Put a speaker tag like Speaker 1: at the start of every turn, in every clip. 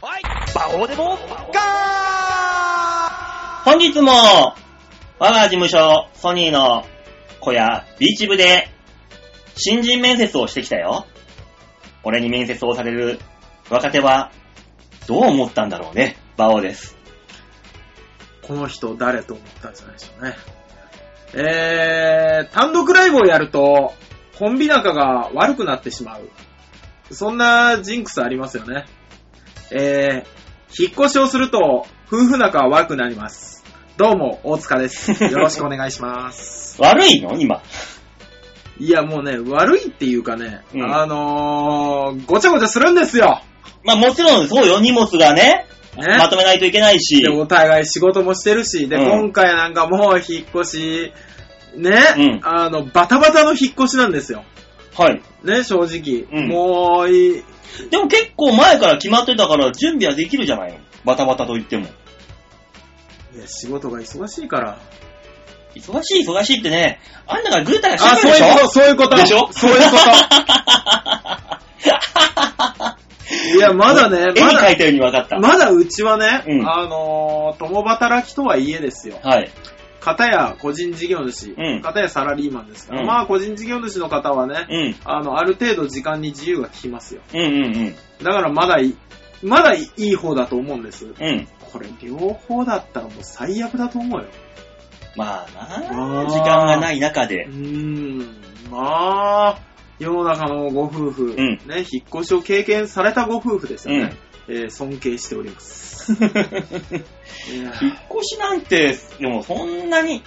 Speaker 1: こうでも、ガー
Speaker 2: 本日も、我が事務所、ソニーの小屋、ビーチ部で、新人面接をしてきたよ。俺に面接をされる若手は、どう思ったんだろうね、バオです。
Speaker 3: この人誰と思ったんじゃないでしょうね。えー、単独ライブをやると、コンビ仲が悪くなってしまう。そんなジンクスありますよね。えー、引っ越しをすると、夫婦仲は悪くなります。どうも、大塚です。よろしくお願いします。
Speaker 2: 悪いの今。
Speaker 3: いや、もうね、悪いっていうかね、
Speaker 2: うん
Speaker 3: あのー、ごちゃごちゃするんですよ。
Speaker 2: まあもちろんそうよ、荷物がね、
Speaker 3: ね
Speaker 2: まとめないといけないし。
Speaker 3: で、
Speaker 2: う
Speaker 3: お互い仕事もしてるし、で、
Speaker 2: うん
Speaker 3: 今回なんかもう引っ越し、ね、
Speaker 2: うん
Speaker 3: あの、バタバタの引っ越しなんですよ。
Speaker 2: はい。
Speaker 3: ね、正直。
Speaker 2: うん
Speaker 3: もういい、
Speaker 2: でも結構前から決まってたから準備はできるじゃないの。バタバタと言っても。
Speaker 3: いや、仕事が忙しいから。
Speaker 2: 忙しい忙しいってね、あんながぐーたら
Speaker 3: あ、
Speaker 2: して
Speaker 3: そう
Speaker 2: るでしょ
Speaker 3: いうこと、そういうこと。
Speaker 2: でしょ
Speaker 3: そう いうこと。いや、まだね、
Speaker 2: 絵
Speaker 3: ま
Speaker 2: に描
Speaker 3: だ
Speaker 2: い、たように分かった。
Speaker 3: まだうちはね、
Speaker 2: うん
Speaker 3: あのー共働きとはいえですよ。
Speaker 2: はい。
Speaker 3: 片や個人事業主、
Speaker 2: うん
Speaker 3: 片やサラリーマンですから、
Speaker 2: うん
Speaker 3: まあ個人事業主の方はね、
Speaker 2: うん。
Speaker 3: あの、ある程度時間に自由が利きますよ。
Speaker 2: うんうんうん。
Speaker 3: だからまだい、まだいい方だと思うんです。
Speaker 2: うん。
Speaker 3: これ両方だったらもう最悪だと思うよ。
Speaker 2: まあな
Speaker 3: あー
Speaker 2: 時間がない中
Speaker 3: う
Speaker 2: で。
Speaker 3: ーん、まあ、世の中のご夫婦、
Speaker 2: ん
Speaker 3: ね、引っ越しを経験されたご夫婦です
Speaker 2: うん。 引
Speaker 3: よ
Speaker 2: っ
Speaker 3: ね。えー尊敬しております。いや
Speaker 2: 越しなんて、でもそんなに、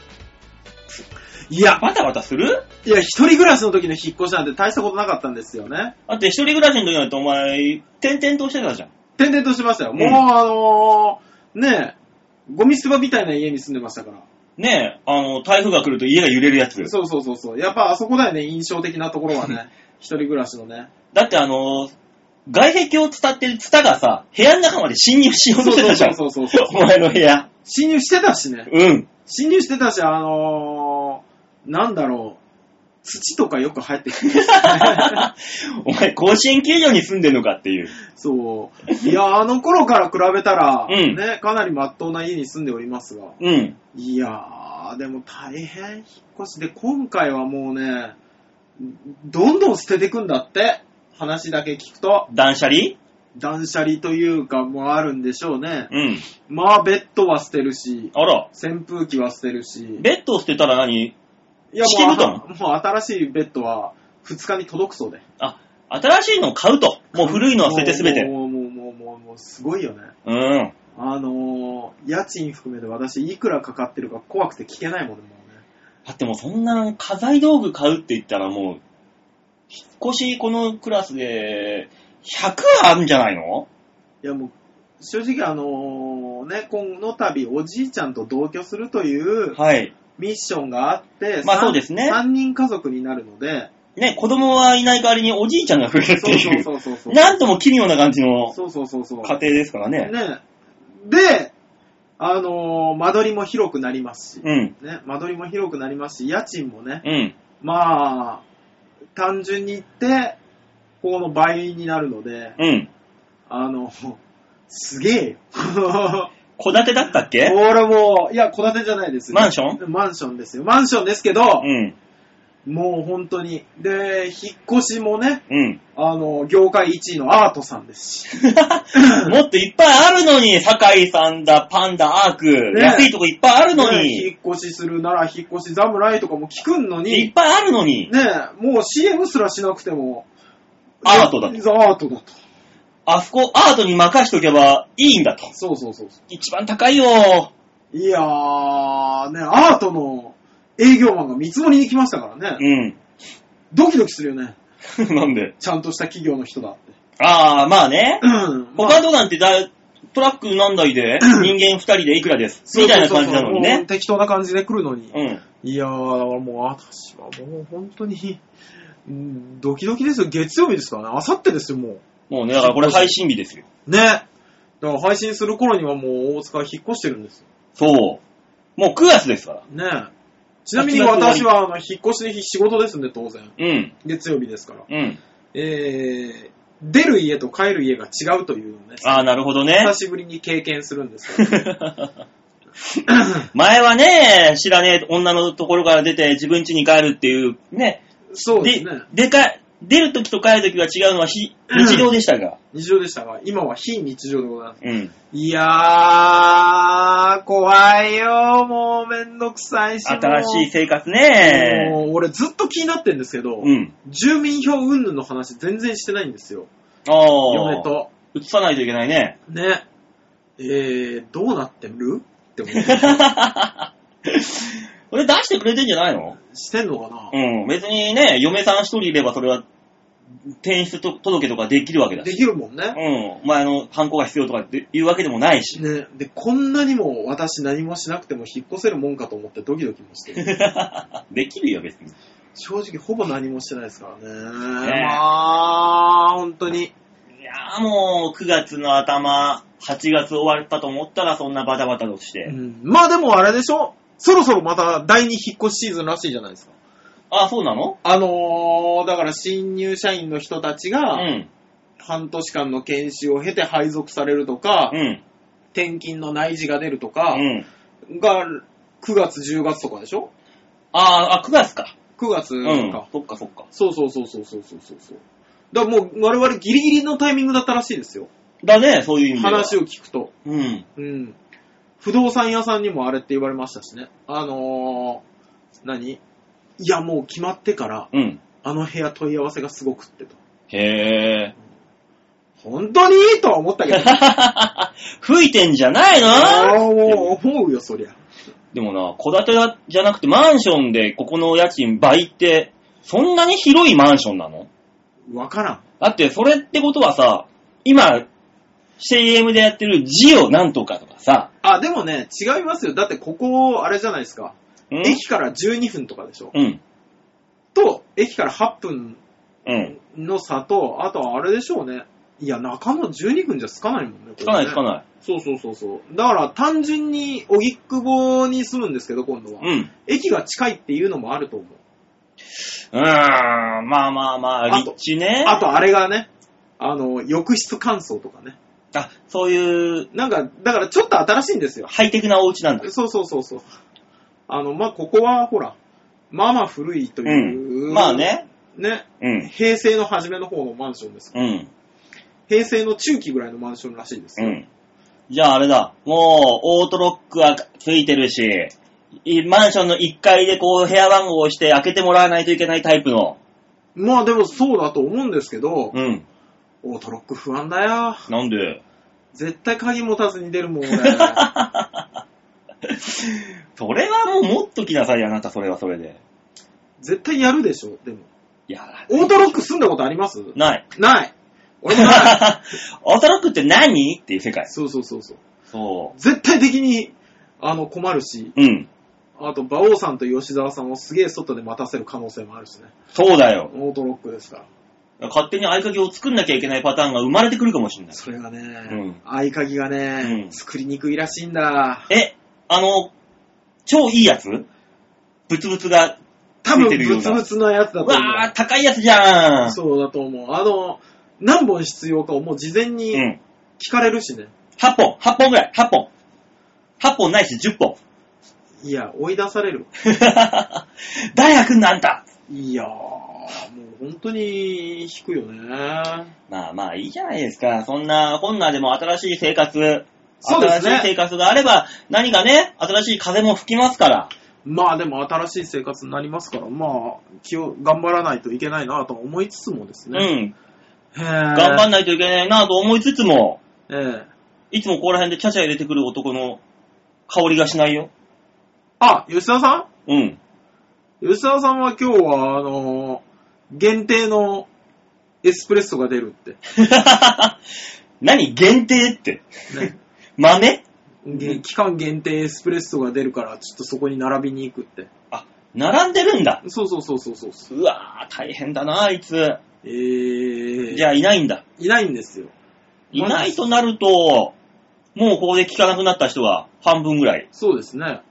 Speaker 3: いや、
Speaker 2: バタバタする
Speaker 3: いや、一人暮らしの時の引っ越しなんて大したことなかったんですよね。
Speaker 2: だって一人暮らしの時なんてお前、転々としてたじゃん。
Speaker 3: 転々としてましたよ。
Speaker 2: うん
Speaker 3: もう、あのーねえ、ゴミ捨て場みたいな家に住んでましたから。
Speaker 2: ねえ、あの、台風が来ると家が揺れるやつ。
Speaker 3: そうそうそうそう。やっぱあそこだよね、印象的なところは ね。一人暮らしのね。
Speaker 2: だってあの、外壁を伝ってるツタがさ、部屋の中まで侵入しようとしてたじゃん。
Speaker 3: そうそうそうそう
Speaker 2: お前の部屋。
Speaker 3: 侵入してたしね。
Speaker 2: うん。
Speaker 3: 侵入してたし、あのー、なんだろう、土とかよく入っ てくる。
Speaker 2: お前、甲子園球場に住んでんのかっていう。
Speaker 3: そう。いや、あの頃から比べたら、
Speaker 2: うん
Speaker 3: ね、かなり真っ当な家に住んでおりますが。
Speaker 2: うん。
Speaker 3: いやー、でも大変引っ越しで、今回はもうね、どんどん捨ててくんだって。話だけ聞くと、
Speaker 2: 断捨離
Speaker 3: 断捨離というかもあるんでしょうね。
Speaker 2: うん。
Speaker 3: まあ、ベッドは捨てるし、
Speaker 2: あら、
Speaker 3: 扇風機は捨てるし、
Speaker 2: ベッドを捨てたら何
Speaker 3: いや
Speaker 2: 敷
Speaker 3: も
Speaker 2: 布
Speaker 3: うあ
Speaker 2: 団
Speaker 3: もう新しいベッドは2日に届くそうで。
Speaker 2: あ、新しいのを買うと。もう古いのは捨ててすべて。
Speaker 3: もうもうもうもうもうもうすごいよね。
Speaker 2: うん。
Speaker 3: あのー、家賃含めて私いくらかかってるか怖くて聞けないもんね。もうね
Speaker 2: だってもうそんな家財道具買うって言ったらもう、引っ越しこのクラスで100はあるんじゃないの
Speaker 3: いやもう正直あのー、ね、この度おじいちゃんと同居するという
Speaker 2: はい。
Speaker 3: ミッションがあって、
Speaker 2: まあそうですね
Speaker 3: 3人家族になる ので、
Speaker 2: ね、子供はいない代わりにおじいちゃんが増えるって
Speaker 3: そう
Speaker 2: い。
Speaker 3: そううそうそうそう。
Speaker 2: なんとも奇妙な感じの
Speaker 3: そうそうそうそう。
Speaker 2: 家庭ですからね。
Speaker 3: ね。で、あのー、間取りも広くなりますし、
Speaker 2: うん。
Speaker 3: ね、間取りも広くなりますし、家賃もね、
Speaker 2: うん。
Speaker 3: まあ、単純に言って、ここの倍になるので、
Speaker 2: うん。
Speaker 3: あの、すげえよ。
Speaker 2: 戸建てだったっけ
Speaker 3: 俺もう、いや、戸建てじゃないです。
Speaker 2: マンショ
Speaker 3: ンマンションですよ。マンションですけど、
Speaker 2: うん。
Speaker 3: もう本当に。で、引っ越しもね、
Speaker 2: うん。
Speaker 3: あの、業界1位のアートさんですし。
Speaker 2: もっといっぱいあるのに、酒井さんだ、パンダ、アーク、
Speaker 3: ね
Speaker 2: 安いとこいっぱいあるの
Speaker 3: ね
Speaker 2: に、
Speaker 3: 引っ越しするなら引っ越し侍とかも聞くの
Speaker 2: いっ
Speaker 3: に、
Speaker 2: ぱいあるのに、
Speaker 3: ね、もう CM すらしなくても、
Speaker 2: アートだと
Speaker 3: と。アートだと。
Speaker 2: あそこアートに任しとけばいいんだと。
Speaker 3: そうそうそうそう。
Speaker 2: 一番高いよ。
Speaker 3: いやー、ね、アートの営業マンが見積もりに来ましたからね。
Speaker 2: うん。
Speaker 3: ドキドキするよね。
Speaker 2: なんで
Speaker 3: ちゃんとした企業の人だって。
Speaker 2: ああ、まあね。
Speaker 3: うん。まあ
Speaker 2: 他のとこなんてだ、トラック何台 で、人間二人でいくらです。
Speaker 3: そう
Speaker 2: み
Speaker 3: そ
Speaker 2: たいうな
Speaker 3: そう
Speaker 2: 感じなのに
Speaker 3: もう
Speaker 2: ね。
Speaker 3: 適当な感じで来るのに。
Speaker 2: うん。
Speaker 3: いやー、もう私はもう本当に、うんドキドキですよ。月曜日ですからね。あさってですよ、も
Speaker 2: もうね、だからこれ配信日ですよ。
Speaker 3: う。ね。だから配信する頃にはもう大塚は引っ越してるんですよ。
Speaker 2: そう。もう9月ですから。
Speaker 3: ね。ちなみに私はあの引っ越しの日仕事ですんで、当然。
Speaker 2: うん。
Speaker 3: 月曜日ですから。
Speaker 2: うん。
Speaker 3: えー、出る家と帰る家が違うというのをね、
Speaker 2: ああ、なるほどね
Speaker 3: 久。しぶりに経験するんですけど
Speaker 2: 前はね、知らねえ女のところから出て自分家に帰るっていう、ね。
Speaker 3: そうです
Speaker 2: で
Speaker 3: ね。、
Speaker 2: でか、出るときと帰るときが違うのは日日常でしたが。
Speaker 3: 日常でしたが、今は非日常でございます。
Speaker 2: うん。
Speaker 3: いやー、怖いよ、もうめんどくさいし。
Speaker 2: 新しい
Speaker 3: い。
Speaker 2: 生活ね。
Speaker 3: もう俺ずっと気になってんですけど、
Speaker 2: うん。
Speaker 3: 住民票云々の話全然してないんですよ。
Speaker 2: あ
Speaker 3: 嫁
Speaker 2: あ。
Speaker 3: と。
Speaker 2: 移さないといけないね。
Speaker 3: ね。えー、どうなってるって思って。
Speaker 2: これ出してくれてんじゃないの
Speaker 3: してんのかな、
Speaker 2: うん。別にね、嫁さん一人いればそれは転出と届けとかできるわけだ
Speaker 3: で
Speaker 2: し。
Speaker 3: きるもんね。
Speaker 2: うん。お前の犯行が必要とかっていうわけでもないし。
Speaker 3: ね、で、こんなにも私何もしなくても引っ越せるもんかと思ってドキドキもし てる。
Speaker 2: できるよ、別に。
Speaker 3: 正直ほぼ何もしてないですからね。
Speaker 2: ね
Speaker 3: まあ、本当
Speaker 2: い
Speaker 3: に。
Speaker 2: やーもう、9月の頭、8月終わったと思ったらそんなバタバタとして。
Speaker 3: うんまあでもあれでしょそろそろまた第2引っ越しシーズンらしいじゃないですか。
Speaker 2: あ、そうなの
Speaker 3: あのー、だから新入社員の人たち
Speaker 2: う
Speaker 3: が、
Speaker 2: ん。
Speaker 3: 半年間の研修を経て配属されるとか、
Speaker 2: うん。
Speaker 3: 転勤の内示が出ると
Speaker 2: う
Speaker 3: か、
Speaker 2: ん。
Speaker 3: が、9月、10月とかでしょ
Speaker 2: あーあ、9月か。
Speaker 3: ?9 月
Speaker 2: う
Speaker 3: か。
Speaker 2: ん。そっかそっか。
Speaker 3: そうそうそうそうそうそうそうそう。だからもう我々ギリギリのタイミングだったらしいですよ。
Speaker 2: だね、そういう意味では。
Speaker 3: 話を聞くと。
Speaker 2: うん。
Speaker 3: うん。不動産屋さんにもあれって言われましたしね。あのー、何いやもう決まってから、
Speaker 2: うん。
Speaker 3: あの部屋問い合わせがすごくってと。
Speaker 2: へー。
Speaker 3: 本当にとは思ったけど。
Speaker 2: 吹いてんじゃない
Speaker 3: ああ、
Speaker 2: の
Speaker 3: もう思うよ、そりゃ。
Speaker 2: でもな、戸建てじゃなくてマンションでここの家賃倍って、そんなに広いマンションなの
Speaker 3: わからん。
Speaker 2: だってそれってことはさ、今、CM でやってる字をなんとかとかさ、
Speaker 3: あ、でもね、違いますよ。だってここ、あれじゃないですか。
Speaker 2: ん
Speaker 3: 駅から12分とかでしょ。
Speaker 2: うん。
Speaker 3: と、駅から8分
Speaker 2: うん。
Speaker 3: の差と、あとはあれでしょうね。いや、中野12分じゃつかないもんね。
Speaker 2: つかないつか
Speaker 3: い。
Speaker 2: な
Speaker 3: そうそうそうそう。だから単純に、荻窪に住むんですけど、今度は。
Speaker 2: い。うん。
Speaker 3: 駅が近いっていうのもあると思う。
Speaker 2: うーん、まあまあまあ、
Speaker 3: あと
Speaker 2: 立地ね。
Speaker 3: あとあれがね、あの、浴室乾燥とかね。
Speaker 2: あ、そういう、
Speaker 3: なんか、だからちょっと新しいんですよ。
Speaker 2: ハイテクなお家なんだ。
Speaker 3: そうそうそうそう。あの、まあ、ここは、ほら、まあまあ古いと
Speaker 2: う
Speaker 3: いう、
Speaker 2: ん。まあ。ね。
Speaker 3: ね、
Speaker 2: うん。
Speaker 3: 平成の初めの方のマンションです。
Speaker 2: うん。
Speaker 3: 平成の中期ぐらいのマンションらしいです
Speaker 2: う
Speaker 3: よ。
Speaker 2: ん。じゃああれだ。もう、オートロックはついてるし、いマンションの1階でこう、部屋番号を押して開けてもらわないといけないタイプの。
Speaker 3: まあでもそうだと思うんですけど、
Speaker 2: うん。
Speaker 3: オートロック不安だよ。
Speaker 2: なんで
Speaker 3: 絶対鍵持たずに出るも ん、俺。
Speaker 2: それはもう持っときなさい、あなた、それはそれで。
Speaker 3: 絶対やるでしょ、 でも。
Speaker 2: いや、
Speaker 3: オートロック住んだことあります
Speaker 2: ない。
Speaker 3: ない。俺 もない。
Speaker 2: オートロックって何っていう世界。
Speaker 3: そうそうそうそう。
Speaker 2: そ
Speaker 3: 絶対的に、あの、困るし、
Speaker 2: う。うん。
Speaker 3: あと、馬王さんと吉沢さんをすげえ外で待たせる可能性もあるしね。
Speaker 2: そうだよ。
Speaker 3: オートロックですから。
Speaker 2: 勝手に合鍵を作んなきゃいけないパターンが生まれてくるかもしれない。
Speaker 3: それがね、
Speaker 2: うん
Speaker 3: 合鍵がね、
Speaker 2: うん
Speaker 3: 作りにくいらしいんだ。
Speaker 2: え、あの、超いいやつブツブツが、
Speaker 3: 多
Speaker 2: つい
Speaker 3: 分、
Speaker 2: てるよう
Speaker 3: ブ
Speaker 2: な
Speaker 3: ツブツのやつだと
Speaker 2: う
Speaker 3: 思う。
Speaker 2: わー、高いやつじゃん。
Speaker 3: そうだと思う。あの、何本必要かをもう事前に
Speaker 2: うん。
Speaker 3: 聞かれるしね。
Speaker 2: 8本、8本ぐらい、8本。8本ないし10本。
Speaker 3: いや、追い出される。
Speaker 2: 誰が来んのあんた
Speaker 3: いやー、もう本当に引くよね。
Speaker 2: まあまあいいじゃないですか。そんな、こんなでも新しい生活、
Speaker 3: そうですね
Speaker 2: 新しい生活があれば、何かね、新しい風も吹きますから。
Speaker 3: まあでも新しい生活になりますから、まあ、気を、頑張らないといけないなとは思いつつもですね。
Speaker 2: うん。
Speaker 3: へー
Speaker 2: 頑張んないといけないなと思いつつも、
Speaker 3: ええ
Speaker 2: いつもここら辺でチャチャ入れてくる男の香りがしないよ。
Speaker 3: あ、吉沢さ
Speaker 2: うん。
Speaker 3: ん吉沢さんは今日は、あのー限定のエスプレッソが出るって。
Speaker 2: 何限定って。
Speaker 3: ね
Speaker 2: 豆
Speaker 3: げ期間限定エスプレッソが出るから、ちょっとそこに並びに行くって。
Speaker 2: 並んでるんだ。
Speaker 3: そうそうそうそうそうそう。
Speaker 2: うわー、大変だな、あいつ。
Speaker 3: えー、
Speaker 2: じゃあ、いないんだ。
Speaker 3: いないんですよ。
Speaker 2: いないとなると、もうここで聞かなくなった人は半分ぐらい
Speaker 3: そうですね。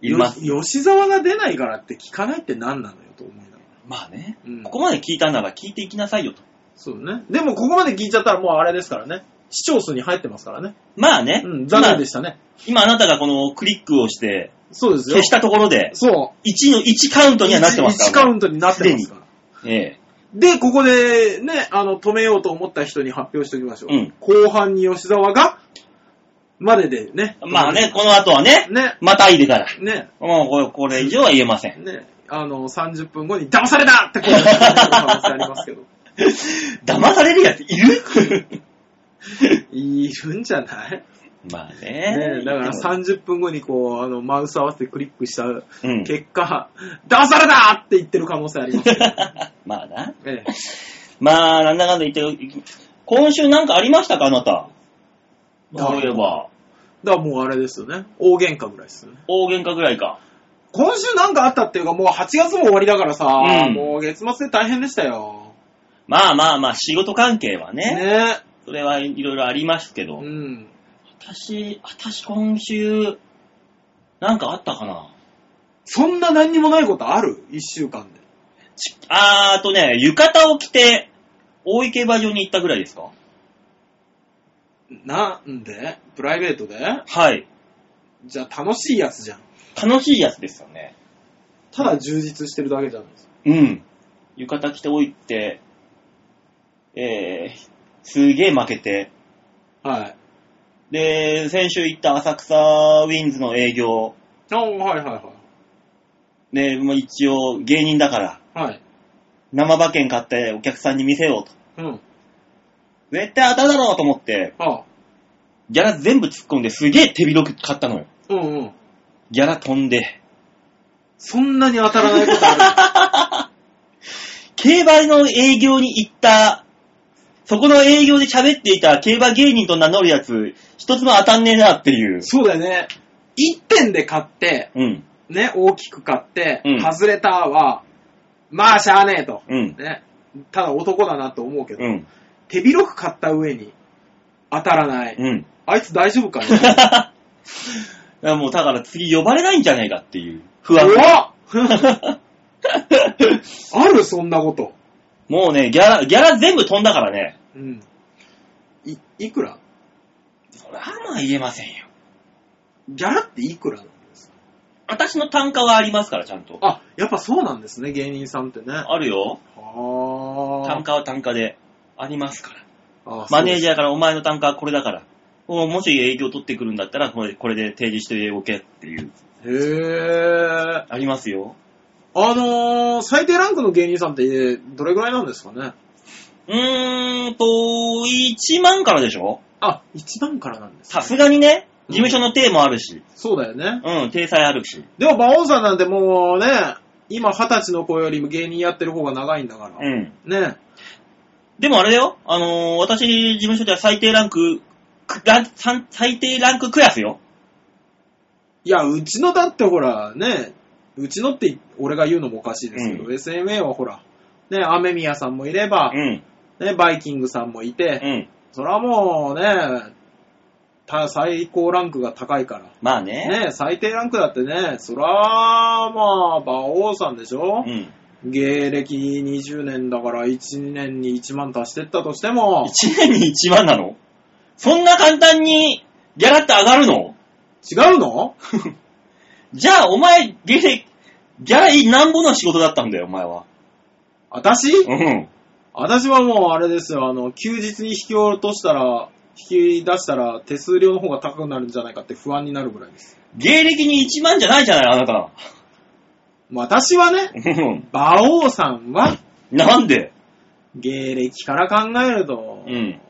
Speaker 2: います。
Speaker 3: よ吉沢が出ないからって聞かないって何なのよと思いながら。
Speaker 2: まあね、
Speaker 3: うん
Speaker 2: ここまで聞いたなら聞いていきなさいよと。
Speaker 3: そうね。でもここまで聞いちゃったらもうあれですからね。視聴数に入ってますからね。
Speaker 2: まあね、
Speaker 3: うん、残念で
Speaker 2: 今
Speaker 3: したね。
Speaker 2: 今あなたがこのクリックをして、
Speaker 3: そうですよ。
Speaker 2: 消したところで、
Speaker 3: そう。
Speaker 2: 1の1カウントにはなってますから。
Speaker 3: 1カウントになってますから。
Speaker 2: え
Speaker 3: で、ここでね、あの、止めようと思った人に発表しておきましょう。
Speaker 2: うん
Speaker 3: 後半に吉沢が、まででね。
Speaker 2: え。まあね、この後はね、
Speaker 3: ね。
Speaker 2: またいでから。
Speaker 3: ね。
Speaker 2: もうこれこれ以上は言えません。
Speaker 3: ね。あの、30分後に騙された って声が聞こえてくる可能性ありますけど。
Speaker 2: 騙されるやついる
Speaker 3: いるんじゃない
Speaker 2: まあね。
Speaker 3: ねだから30分後にこう、あの、マウス合わせてクリックした
Speaker 2: うん。
Speaker 3: 結果、騙されたって言ってる可能性あ りますけど。
Speaker 2: まあな。
Speaker 3: ええ
Speaker 2: まあ、なんだかんだ言ってる、今週なんかありましたか、あなた。
Speaker 3: だ
Speaker 2: そういえば。
Speaker 3: だからもうあれですよね。大喧嘩ぐらいですよね。
Speaker 2: 大喧嘩ぐらいか。
Speaker 3: 今週なんかあったっていうか、もう8月も終わりだからさ、
Speaker 2: うん
Speaker 3: もう月末で大変でしたよ。
Speaker 2: まあまあまあ、仕事関係はね。
Speaker 3: ね
Speaker 2: それはいろいろありますけど。
Speaker 3: うん。
Speaker 2: 私、私今週、なんかあったかな。
Speaker 3: そんな何にもないことある ?1 週間で。
Speaker 2: ちあーあとね、浴衣を着て、大井競馬場に行ったぐらいですか
Speaker 3: なんでプライベートで
Speaker 2: はい。
Speaker 3: じゃあ楽しいやつじゃん。
Speaker 2: 楽しいやつですよね。
Speaker 3: ただ充実してるだけじゃないですか。
Speaker 2: うん。浴衣着ておいて、えー、すげえ負けて。
Speaker 3: はい。
Speaker 2: で、先週行った浅草ウィンズの営業、
Speaker 3: あはいはいは
Speaker 2: ね、まあ、一応芸人だから、
Speaker 3: い。はい。
Speaker 2: 生馬券買ってお客さんに見せようと。
Speaker 3: うん。
Speaker 2: 絶対当たるだろうと思って、
Speaker 3: ああ
Speaker 2: ギャラ全部突っ込んですげえ手広く買ったのよ。
Speaker 3: うんうん。
Speaker 2: ギャラ飛んで。
Speaker 3: そんなに当たらないことある
Speaker 2: 競馬の営業に行った、そこの営業で喋っていた競馬芸人と名乗るやつ、一つも当たんねえなっていう。
Speaker 3: そうだよね。1点で買って、
Speaker 2: うん、
Speaker 3: ね、大きく買って、
Speaker 2: うん
Speaker 3: 外れたは、まあしゃあねえと。
Speaker 2: うん、
Speaker 3: ね、ただ男だなと思うけど、
Speaker 2: うん、
Speaker 3: 手広く買った上に当たらない。
Speaker 2: うん。
Speaker 3: あいつ大丈夫かね
Speaker 2: いやもうだから次呼ばれないんじゃないかっていう不安が。
Speaker 3: 怖っ あるそんなこと。
Speaker 2: もうね、ギャラ、ギャラ全部飛んだからね。
Speaker 3: うん。い、いくら
Speaker 2: それはまあ言えませんよ。
Speaker 3: ギャラっていくらなんですか
Speaker 2: 私の単価はありますから、ちゃんと。
Speaker 3: あ、やっぱそうなんですね、芸人さんってね。は
Speaker 2: あるよ。単
Speaker 3: ー
Speaker 2: 価は単価で。ありますから。
Speaker 3: あ。
Speaker 2: マネージ
Speaker 3: ャー。
Speaker 2: ャーからお前の単価はこれだから。もうもし営業取ってくるんだったら、これこれで提示しておけっていう。
Speaker 3: へえ。
Speaker 2: ありますよ。
Speaker 3: あのー、最低ランクの芸人さんってどれぐらいなんですかね
Speaker 2: うーんと、1万からでしょ
Speaker 3: あ、一番からなんです、
Speaker 2: さ
Speaker 3: ね。
Speaker 2: すがにね、事務所の手もあるし、
Speaker 3: そうだよね。
Speaker 2: うん、体裁あるし。
Speaker 3: でも、馬王さんなんてもうね、今二十歳の子よりも芸人やってる方が長いんだから。
Speaker 2: うん。
Speaker 3: ね。
Speaker 2: でもあれだよ、あのー私、事務所では最低ランク、くランさん最低ランククラスよ。
Speaker 3: いや、うちのだってほら、ね、うちのって俺が言うのもおかしいですけど、
Speaker 2: う
Speaker 3: SMA はほら、ね、雨宮さんもいれば
Speaker 2: う、ん、
Speaker 3: ね、バイキングさんもいうて、
Speaker 2: ん。
Speaker 3: それはもうね、た最高ランクが高いから。
Speaker 2: まあね。
Speaker 3: ね、最低ランクだってね、そら、まあ、馬王さんでしょ、
Speaker 2: うん。
Speaker 3: 芸歴20年だから1年に1万足してったとしても、
Speaker 2: 1年に1万なのそんな簡単にギャラって上がるの
Speaker 3: 違うの
Speaker 2: じゃあお前、ギャラ、ギャラいなんぼの仕事だったんだよ、お前は。
Speaker 3: 私、
Speaker 2: うん。
Speaker 3: 私はもうあれですよ、あの、休日に引き落としたら、引き出したら手数料の方が高くなるんじゃないかって不安になるぐらいです。
Speaker 2: 芸歴に1万じゃないじゃない、あなた。
Speaker 3: 私はね、
Speaker 2: うん。
Speaker 3: 馬王さんは、
Speaker 2: なんで
Speaker 3: 芸歴から考えると、
Speaker 2: うん。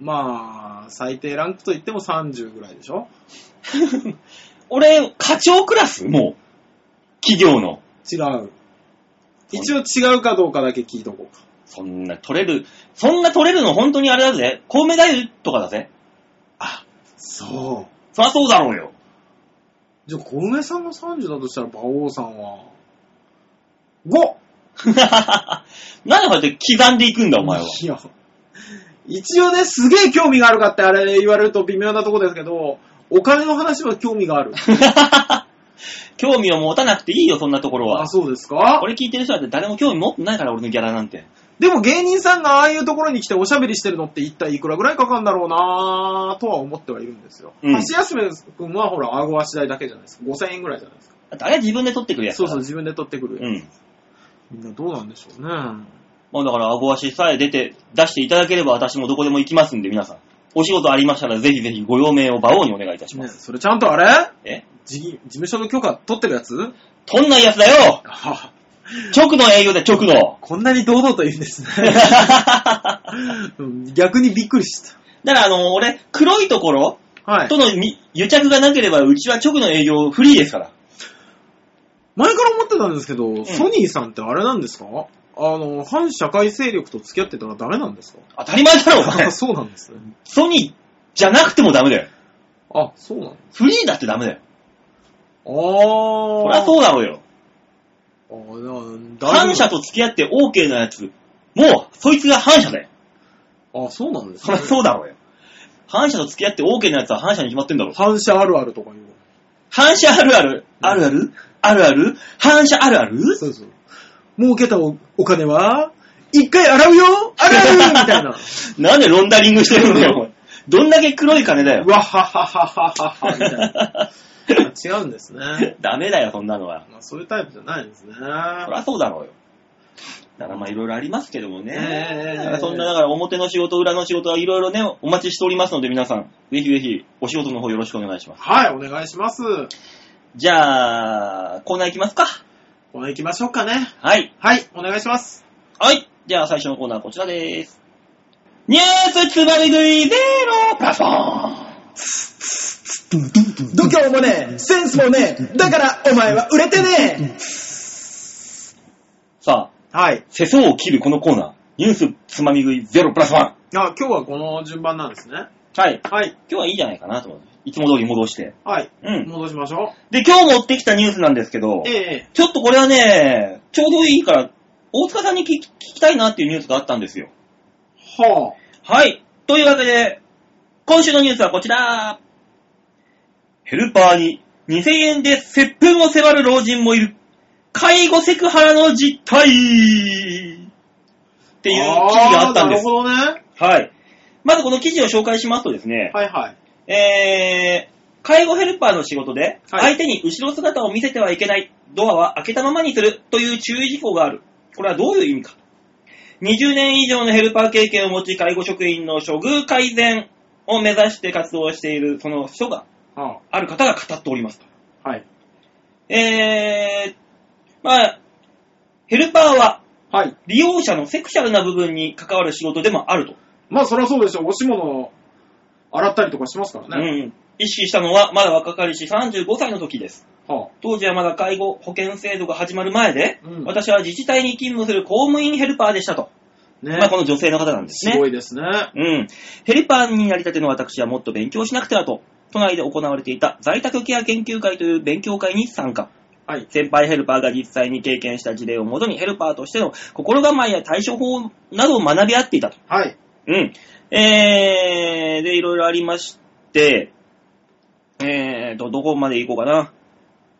Speaker 3: まあ、最低ランクといっても30ぐらいでしょ
Speaker 2: 俺、課長クラスもう。企業の。
Speaker 3: 違う。一応違うかどうかだけ聞いとこうか。
Speaker 2: そんな取れる、そんな取れるの本当にあれだぜ。コウメ太夫とかだぜ。
Speaker 3: あ、そう。
Speaker 2: そりゃそうだろうよ。
Speaker 3: じゃあ、小梅さんが30だとしたら馬王さんは、5!
Speaker 2: なんでこうやって刻んでいくんだ、お前は。
Speaker 3: いや、一応ね、すげえ興味があるかってあれ言われると微妙なとこですけど、お金の話は興味があ る。
Speaker 2: 興味を持たなくていいよ、そんなところは
Speaker 3: あ、。そうですか
Speaker 2: これ聞いてる人だって誰も興味持ってないから、俺のギャラなんて。
Speaker 3: でも芸人さんがああいうところに来ておしゃべりしてるのって一体いくらぐらいかかるんだろうなぁとは思ってはいるんですよ。
Speaker 2: うん
Speaker 3: 箸休め君はほら、顎足代だけじゃないですか。5000円ぐらいじゃないですか。
Speaker 2: だってあれは自分で取ってくるやつだ
Speaker 3: そう
Speaker 2: か
Speaker 3: そ
Speaker 2: ら
Speaker 3: う、自分で取ってくる。
Speaker 2: うん。
Speaker 3: みんなどうなんでしょうね。
Speaker 2: まあだから、顎足さえ出て、出していただければ私もどこでも行きますんで、皆さん。お仕事ありましたら、ぜひぜひご用命を馬王にお願いいたしま
Speaker 3: ね
Speaker 2: す。
Speaker 3: それちゃんとあれ
Speaker 2: え
Speaker 3: じ事務所の許可取ってるやつ
Speaker 2: 取んないやつだよ
Speaker 3: あ
Speaker 2: 直の営業で直 の
Speaker 3: こんなに堂々と言うんです
Speaker 2: だ
Speaker 3: ね。
Speaker 2: か
Speaker 3: うん逆にびっくりし
Speaker 2: ら、あの、俺、黒いところ
Speaker 3: た。はい
Speaker 2: と。のみ癒着がなければ、うちは直の営業フリーですから。
Speaker 3: 前から思ってたんですけど、
Speaker 2: ん
Speaker 3: ソニーさんってあれなんですかあの、反社会勢力と付き合ってたらダメなんですか
Speaker 2: 当たり前だろ、お
Speaker 3: あ
Speaker 2: 前。
Speaker 3: そうなんですね。
Speaker 2: ソニーじゃなくてもダメだよ。
Speaker 3: あ、そうなん
Speaker 2: フリーだってダメだよ。
Speaker 3: あー。
Speaker 2: そりゃそうだろうよ。
Speaker 3: あーだ
Speaker 2: 反社
Speaker 3: だ
Speaker 2: と付き合って OK なやつ、もう、そいつが反社だよ。
Speaker 3: あ、そうなんです
Speaker 2: そりゃそうだろうよ。反社と付き合って OK なやつは反社に決まってんだろ。
Speaker 3: 反射あるあるとか言う。
Speaker 2: 反射あるある、あるある、あるある、反射あるある
Speaker 3: そうそう。儲けたおお金は、一回洗うよあるあるみた いな。
Speaker 2: なんでロンダリングしてるんだよ、お前。どんだけ黒い金だよ。
Speaker 3: わはははははは、みたいな。違うんですね。
Speaker 2: ダメだよ、そんなのは。
Speaker 3: まあ、そういうタイプじゃないですね。
Speaker 2: そりゃそうだろうよ。だからまあいろいろありますけどもね。
Speaker 3: ええ
Speaker 2: だ からそんな、だから表の仕事、裏の仕事はいろいろね、お待ちしておりますので皆さん、ぜひぜひお仕事の方よろしくお願いします。
Speaker 3: はい、お願いします。
Speaker 2: じゃあ、コーナー行きますか。
Speaker 3: これ行きましょうかね。
Speaker 2: はい。
Speaker 3: はい、お願いします。
Speaker 2: はい。じゃあ最初のコーナーはこちらです。ニュースつまみ食いゼロプラスワン
Speaker 3: 度胸もねえ、センスもねえ、だからお前は売れてね
Speaker 2: さあ、
Speaker 3: え。はい。
Speaker 2: 世相を切るこのコーナー、ニュースつまみ食いゼロプラスワン。
Speaker 3: あ、今日はこの順番なんですね。
Speaker 2: はい。
Speaker 3: はい、
Speaker 2: 今日はいいんじゃないかなと思って。いつも通り戻して。
Speaker 3: はい。
Speaker 2: うん。
Speaker 3: 戻しましょ
Speaker 2: で、今日持ってきたニュースなんですけど
Speaker 3: う。、ええ
Speaker 2: ちょっとこれはね、ちょうどいいから、大塚さんに聞き聞きたいなっていうニュースがあったんですよ。
Speaker 3: は
Speaker 2: はい。というわけで、今週のニュースはこちら。ヘルパーに2000円で接吻を迫る老人もいる。介護セクハラの実態って
Speaker 3: て
Speaker 2: いう記事があったんです
Speaker 3: なる。ほどね。
Speaker 2: はい。まずこの記事を紹介しますとですね、
Speaker 3: はいはい。
Speaker 2: えー、介護ヘルパーの仕事で、
Speaker 3: はい
Speaker 2: 相手に後ろ姿を見せてはいけない、ドアは開けたままにするという注意事項がある。これはどういう意味か。20年以上のヘルパー経験を持ち、介護職員の処遇改善を目指して活動している、その人が、
Speaker 3: は
Speaker 2: ある方が語っておりますと。
Speaker 3: あ、はい。
Speaker 2: えー、まあ、ヘルパーは
Speaker 3: はい。
Speaker 2: 利用者のセクシャルな部分に関わる仕事でもあると。
Speaker 3: まあ、そりゃそうでしょう。おし物洗ったりとかしますからね。
Speaker 2: うん、意識したのはまだ若かりし35歳の時です。
Speaker 3: は
Speaker 2: 当時はまだ介護保険制度が始まる前で、
Speaker 3: うん
Speaker 2: 私は自治体に勤務する公務員ヘルパーでしたと。
Speaker 3: あ、ね
Speaker 2: まあこの女性の方なんです
Speaker 3: す
Speaker 2: ね。
Speaker 3: ごいですね。
Speaker 2: うん。ヘルパーになりたての私はもっと勉強しなくてはと、都内で行われていた在宅ケア研究会という勉強会に参加。
Speaker 3: はい。
Speaker 2: 先輩ヘルパーが実際に経験した事例をもとにヘルパーとしての心構えや対処法などを学び合っていたと。
Speaker 3: はい。
Speaker 2: うん。えー、で、いろいろありまして、えーと、どこまで行こうかな。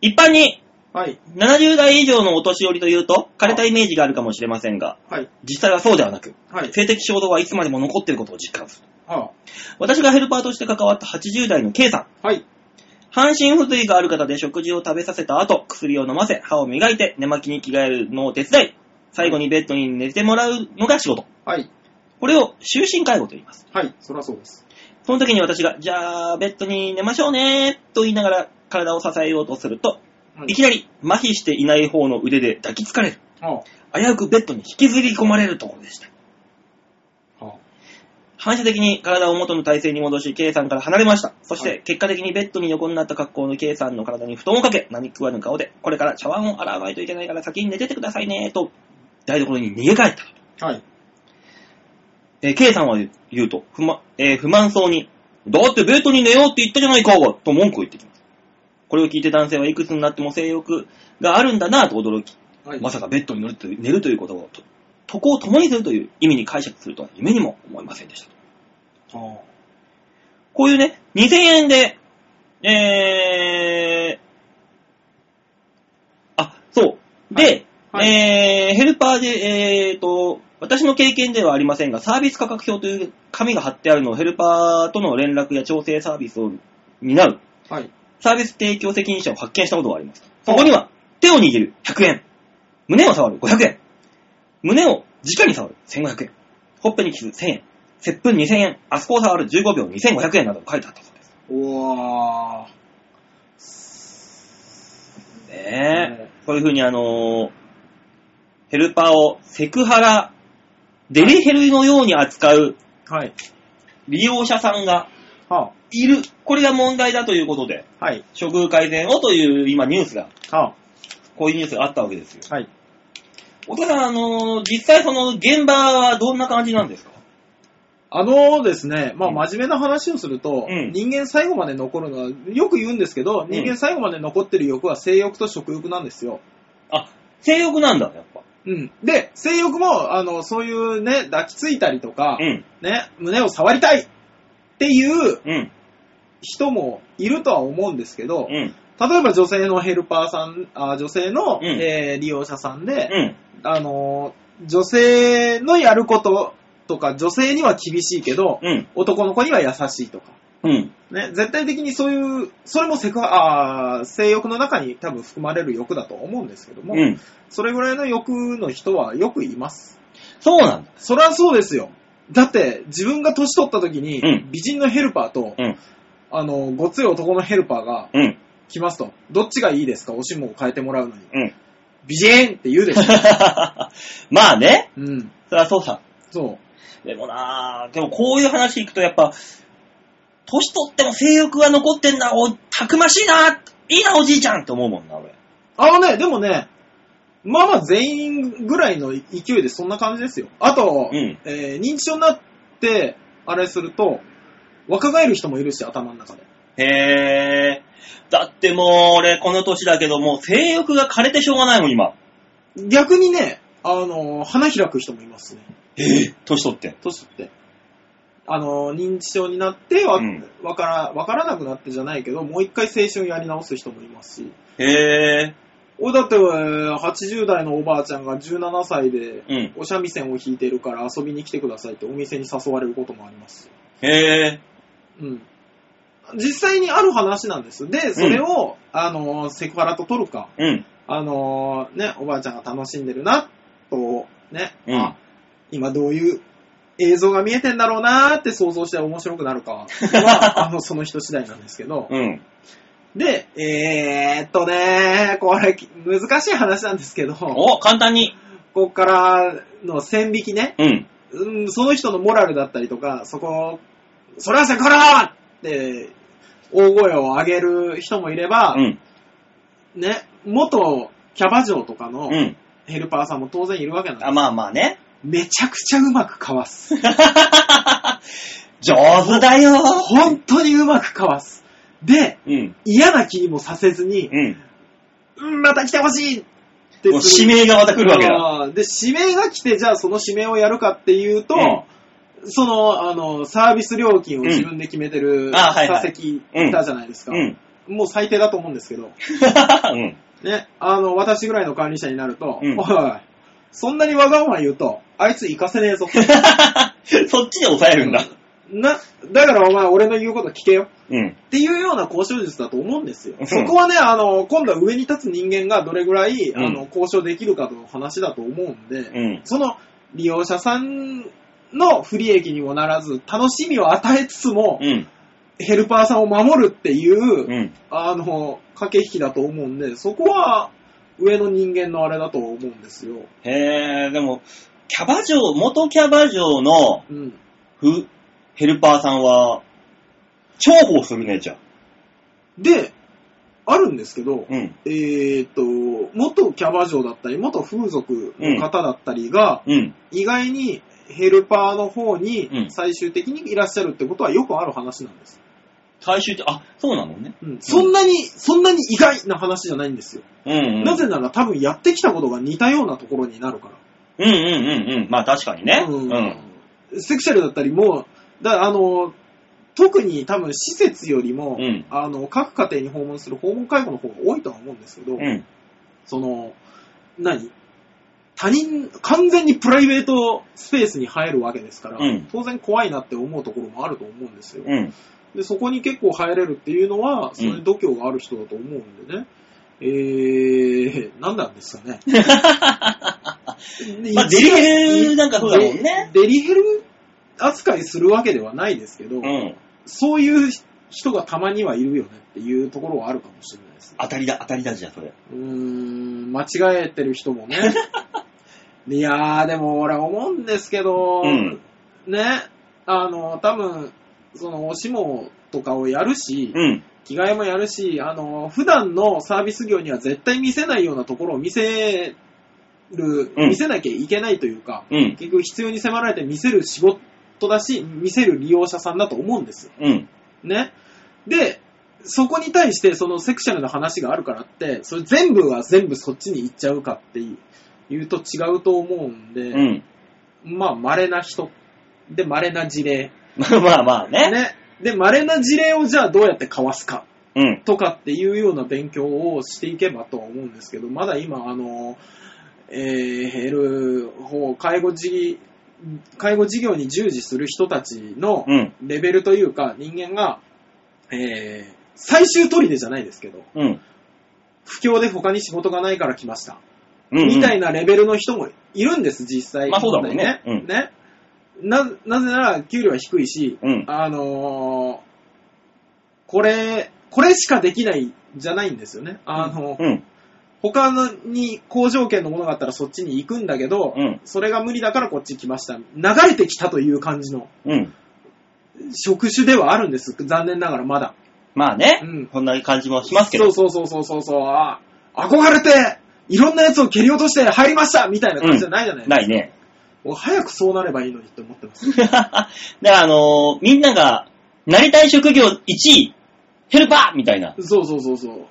Speaker 2: 一般に、
Speaker 3: はい。
Speaker 2: 70代以上のお年寄りというと、枯れたイメージがあるかもしれませんが、
Speaker 3: はい。
Speaker 2: 実際はそうではなく、
Speaker 3: はい。
Speaker 2: 性的衝動はいつまでも残っていることを実感する。
Speaker 3: は
Speaker 2: 私がヘルパーとして関わった80代の K さん。
Speaker 3: あ、はい。
Speaker 2: 半身不随がある方で食事を食べさせた後、薬を飲ませ、歯を磨いて、寝巻きに着替えるのを手伝い、最後にベッドに寝てもらうのが仕事。
Speaker 3: はい。
Speaker 2: これを終身介護と言います。
Speaker 3: はい。そりゃそうです。
Speaker 2: その時に私が、じゃあ、ベッドに寝ましょうね、と言いながら体を支えようとすると、
Speaker 3: はい
Speaker 2: きなり麻痺していない方の腕で抱きつかれる。
Speaker 3: は
Speaker 2: 危うくベッドに引きずり込まれるところでした。
Speaker 3: あ、は
Speaker 2: 反射的に体を元の体勢に戻し、K さんから離れました。そし
Speaker 3: は
Speaker 2: て、結果的にベッドに横になった格好の K さんの体に布団をかけ、何食わぬ顔で、これから茶碗を洗わないといけないから先に寝ててくださいね、と、台所に逃げ帰った。
Speaker 3: あ、はい。
Speaker 2: えー K さんは言うと、不満、えー不満そうに、だってベッドに寝ようって言ったじゃないか、と文句を言ってきます。これを聞いて男性はいくつになっても性欲があるんだなと驚き、
Speaker 3: はい。
Speaker 2: まさかベッドに乗るという寝るということを、と床を共にするという意味に解釈するとは夢にも思いませんでした。
Speaker 3: は
Speaker 2: こういうね、2000円で、えー、あ、そう。で、
Speaker 3: はいはい
Speaker 2: えー、ヘルパーで、えーと、私の経験ではありませんが、サービス価格表という紙が貼ってあるのをヘルパーとの連絡や調整サービスを担う
Speaker 3: はい。
Speaker 2: サービス提供責任者を発見したことがあります。そこには、手を握る100円、胸を触る500円、胸を直に触る1500円、ほっぺにキス1000円、接吻2000円、あそこを触る15秒2500円などと書いてあったそうです。
Speaker 3: おー。
Speaker 2: ねえ。こういうふうにあのーヘルパーをセクハラ、デリヘルのように扱う
Speaker 3: はい。
Speaker 2: 利用者さんが
Speaker 3: はい
Speaker 2: る。これが問題だということで、
Speaker 3: あ。はい。
Speaker 2: 処遇改善をという今ニュースが、
Speaker 3: は
Speaker 2: こういうニュースがあったわけですよ。
Speaker 3: あ。はい。
Speaker 2: お父さん、あのー実際その現場はどんな感じなんですか
Speaker 3: あのですね、まあ
Speaker 2: うん
Speaker 3: 真面目な話をすると、
Speaker 2: うん
Speaker 3: 人間最後まで残るのは、よく言うんですけど、
Speaker 2: ん
Speaker 3: 人間最後まで残ってる欲は性欲と食欲なんですよ。
Speaker 2: あ、性欲なんだ、やっぱ。
Speaker 3: うん。で、性欲も、あの、そういうね、抱きついたりとか、
Speaker 2: うん、
Speaker 3: ね、胸を触りたいっていう
Speaker 2: うん、
Speaker 3: 人もいるとは思うんですけど、
Speaker 2: うん、
Speaker 3: 例えば女性のヘルパーさん、あ女性の、
Speaker 2: うん
Speaker 3: えー利用者さん
Speaker 2: う
Speaker 3: で、
Speaker 2: ん、
Speaker 3: あの、女性のやることとか、女性には厳しいけど、
Speaker 2: うん、
Speaker 3: 男の子には優しいとか。
Speaker 2: うん、
Speaker 3: ね、絶対的にそういう、それもセクハあー性欲の中に多分含まれる欲だと思うんですけども、
Speaker 2: うん。
Speaker 3: それぐらいの欲の人はよくいます。
Speaker 2: そうなんだ。
Speaker 3: そりゃそうですよ。だって、自分が年取った時に、
Speaker 2: うん
Speaker 3: 美人のヘルパーと、
Speaker 2: うん、
Speaker 3: あの、ごつい男のヘルパーが
Speaker 2: うん、
Speaker 3: 来ますと、どっちがいいですかおしもを変えてもらうのに。
Speaker 2: うん。
Speaker 3: 美人って言うでしょ。
Speaker 2: まあね、
Speaker 3: うん。
Speaker 2: そりゃそうさ。
Speaker 3: そう。
Speaker 2: でもなぁ、でもこういう話行くとやっぱ、年取っても性欲が残ってんだ、お、たくましいな、いいなおじいちゃんって思うもんな、俺。
Speaker 3: あのね、でもね、まあまあ全員ぐらいの勢いでそんな感じですよ。あと、
Speaker 2: うん
Speaker 3: えー認知症になって、あれすると、若返る人もいるし、頭の中で。
Speaker 2: へぇー。だってもう俺この年だけどもう性欲が枯れてしょうがないもん、今。
Speaker 3: 逆にね、あのー花開く人もいますね。
Speaker 2: 年取って。
Speaker 3: 年取って。あのー認知症になってわ、
Speaker 2: うん
Speaker 3: わから、わからなくなってじゃないけど、もう一回青春やり直す人もいますし。
Speaker 2: へ
Speaker 3: おだって、えー80代のおばあちゃんが17歳で、
Speaker 2: ぇー。うん。
Speaker 3: お三味線を弾いてるから遊びに来てくださいってお店に誘われることもありますし。
Speaker 2: へぇー。
Speaker 3: うん。実際にある話なんです。で、それを、あの、セクハラと取るか、
Speaker 2: うん。
Speaker 3: あの、ね、おばあちゃんが楽しんでるな、と、ね、
Speaker 2: うん
Speaker 3: あ今どういう映像が見えてんだろうなーって想像して面白くなる かは、あの、その人次第なんですけど。
Speaker 2: うん。
Speaker 3: で、えーっとねー、これ、難しい話なんですけど、こ
Speaker 2: お、簡単に。
Speaker 3: こからの線引きね、
Speaker 2: うん。
Speaker 3: うん、その人のモラルだったりとか、そこ、それはセクハラって、大声を上げる人もいれば、
Speaker 2: うん。
Speaker 3: ね、元キャバ嬢とかの
Speaker 2: うん。
Speaker 3: ヘルパーさんも当然いるわけなんで
Speaker 2: あ、まあまあね。
Speaker 3: めちゃくちゃうまくか わす。
Speaker 2: 上手だよ
Speaker 3: 本当にうまくかわす。で、
Speaker 2: うん。
Speaker 3: 嫌な気にもさせずに、
Speaker 2: う
Speaker 3: うん、また来てほしいって
Speaker 2: ん。もう指名がまた来るわけだ。
Speaker 3: あーで、指名が来て、じゃあその指名をやるかっていうと、
Speaker 2: うん
Speaker 3: その、あの、サービス料金を自分で決めてる
Speaker 2: んあーはいはい
Speaker 3: 座席いたじゃないですか。
Speaker 2: うん。
Speaker 3: もう最低だと思うんですけど、
Speaker 2: うん。
Speaker 3: ね、あの、私ぐらいの管理者になると、
Speaker 2: うん
Speaker 3: おい、そんなにわがまま言うと、あいつ行かせねえぞ。
Speaker 2: そっちで抑えるんだ。
Speaker 3: な、だからお前俺の言うこと聞けよ。
Speaker 2: うん。
Speaker 3: っていうような交渉術だと思うんですよ
Speaker 2: う。ん
Speaker 3: そこはね、あの、今度は上に立つ人間がどれぐらい、
Speaker 2: うん
Speaker 3: あの、交渉できるかの話だと思うんで、
Speaker 2: うん。
Speaker 3: その利用者さんの不利益にもならず、楽しみを与えつつも、
Speaker 2: うん。
Speaker 3: ヘルパーさんを守るっていう、
Speaker 2: うん。
Speaker 3: あの、駆け引きだと思うんで、そこは上の人間のあれだと思うんですよ。
Speaker 2: へえ、でも、キャバ嬢、元キャバ嬢の
Speaker 3: うん。
Speaker 2: ふヘルパーさんは、重宝するね、じゃあ。
Speaker 3: で、あるんですけど、
Speaker 2: うん。
Speaker 3: えーっと、元キャバ嬢だったり、元風俗の方だったりが、
Speaker 2: うん。
Speaker 3: 意外にヘルパーの方
Speaker 2: う
Speaker 3: に
Speaker 2: ん
Speaker 3: 最終的にいらっしゃるってことはよくある話なんです。
Speaker 2: 最終的、あ、そうなのね。
Speaker 3: うん、そんなに、そんなに意外な話じゃないんですよ。
Speaker 2: うん、うん。
Speaker 3: なぜなら多分やってきたことが似たようなところになるか
Speaker 2: うんうんうんうん。まあ確かにね
Speaker 3: ら。。
Speaker 2: うん。
Speaker 3: セクシャルだったりも、だあの、特に多分施設よりも、
Speaker 2: うん
Speaker 3: あの、各家庭に訪問する訪問介護の方が多いとは思うんですけ
Speaker 2: う
Speaker 3: ど、
Speaker 2: ん。
Speaker 3: その、何他人、完全にプライベートスペースに入るわけですから、
Speaker 2: うん
Speaker 3: 当然怖いなって思うところもあると思うんですよ。
Speaker 2: うん。
Speaker 3: で、そこに結構入れるっていうのは、そういう度胸がある人だと思うんでね。えー、なんなんですかね。
Speaker 2: まあ、デリヘルなんかそうだもんね。
Speaker 3: デリヘル扱いするわけではないですけど、
Speaker 2: うん。
Speaker 3: そういう人がたまにはいるよねっていうところはあるかもしれないですね。
Speaker 2: 当たりだ、当たりだじゃん、それ。
Speaker 3: うーん、間違えてる人 もね。いやー、でも俺思うんですけど、
Speaker 2: うん。
Speaker 3: ね、あの、多分、その、おしもとかをやるし、
Speaker 2: うん。
Speaker 3: 着替えもやるし、あの、普段のサービス業には絶対見せないようなところを見せる、
Speaker 2: うん
Speaker 3: 見せなきゃいけないというか、
Speaker 2: うん。
Speaker 3: 結局必要に迫られて見せる仕事だし、見せる利用者さんだと思うんです。
Speaker 2: うん。
Speaker 3: ね。で、そこに対してそのセクシャルな話があるからって、それ全部は全部そっちに行っちゃうかっていう言うと違うと思うんで、
Speaker 2: うん。
Speaker 3: まあ稀な人。で、稀な事例。
Speaker 2: まあまあまあね。
Speaker 3: ね。で、稀な事例をじゃあどうやってかわすか。
Speaker 2: うん。
Speaker 3: とかっていうような勉強をしていけばとは思うんですけど、まだ今、あの、えー、減る方、介護事、介護事業に従事する人たちの
Speaker 2: うん。
Speaker 3: レベルというか、人間が、えー、最終取りでじゃないですけど、
Speaker 2: うん。
Speaker 3: 不況で他に仕事がないから来ました。
Speaker 2: うん。
Speaker 3: みたい
Speaker 2: な。
Speaker 3: なレベルの人もいるんです、実際。
Speaker 2: まあそうだもんね
Speaker 3: 問
Speaker 2: う
Speaker 3: 題
Speaker 2: ん
Speaker 3: ね。な、なぜなら給料は低いし、
Speaker 2: うん。
Speaker 3: あのーこれ、これしかできないじゃないんですよね。あの、
Speaker 2: うん。
Speaker 3: 他のに好条件のものがあったらそっちに行くんだけど、
Speaker 2: うん
Speaker 3: それが無理だからこっち来ました。流れてきたという感じの
Speaker 2: うん。
Speaker 3: 職種ではあるんです。残念ながらまだ。
Speaker 2: まあね。
Speaker 3: うん
Speaker 2: こんな感じもしますけど。
Speaker 3: そうそうそうそうそうそう。あ憧れて、いろんなやつを蹴り落として入りましたみたいな感じじゃないじゃないですか。
Speaker 2: ないね。
Speaker 3: もう早くそうなればいいのにって思ってます。
Speaker 2: だからあのーみんなが、なりたい職業1位、ヘルパーみたいな。
Speaker 3: そうそうそうそう。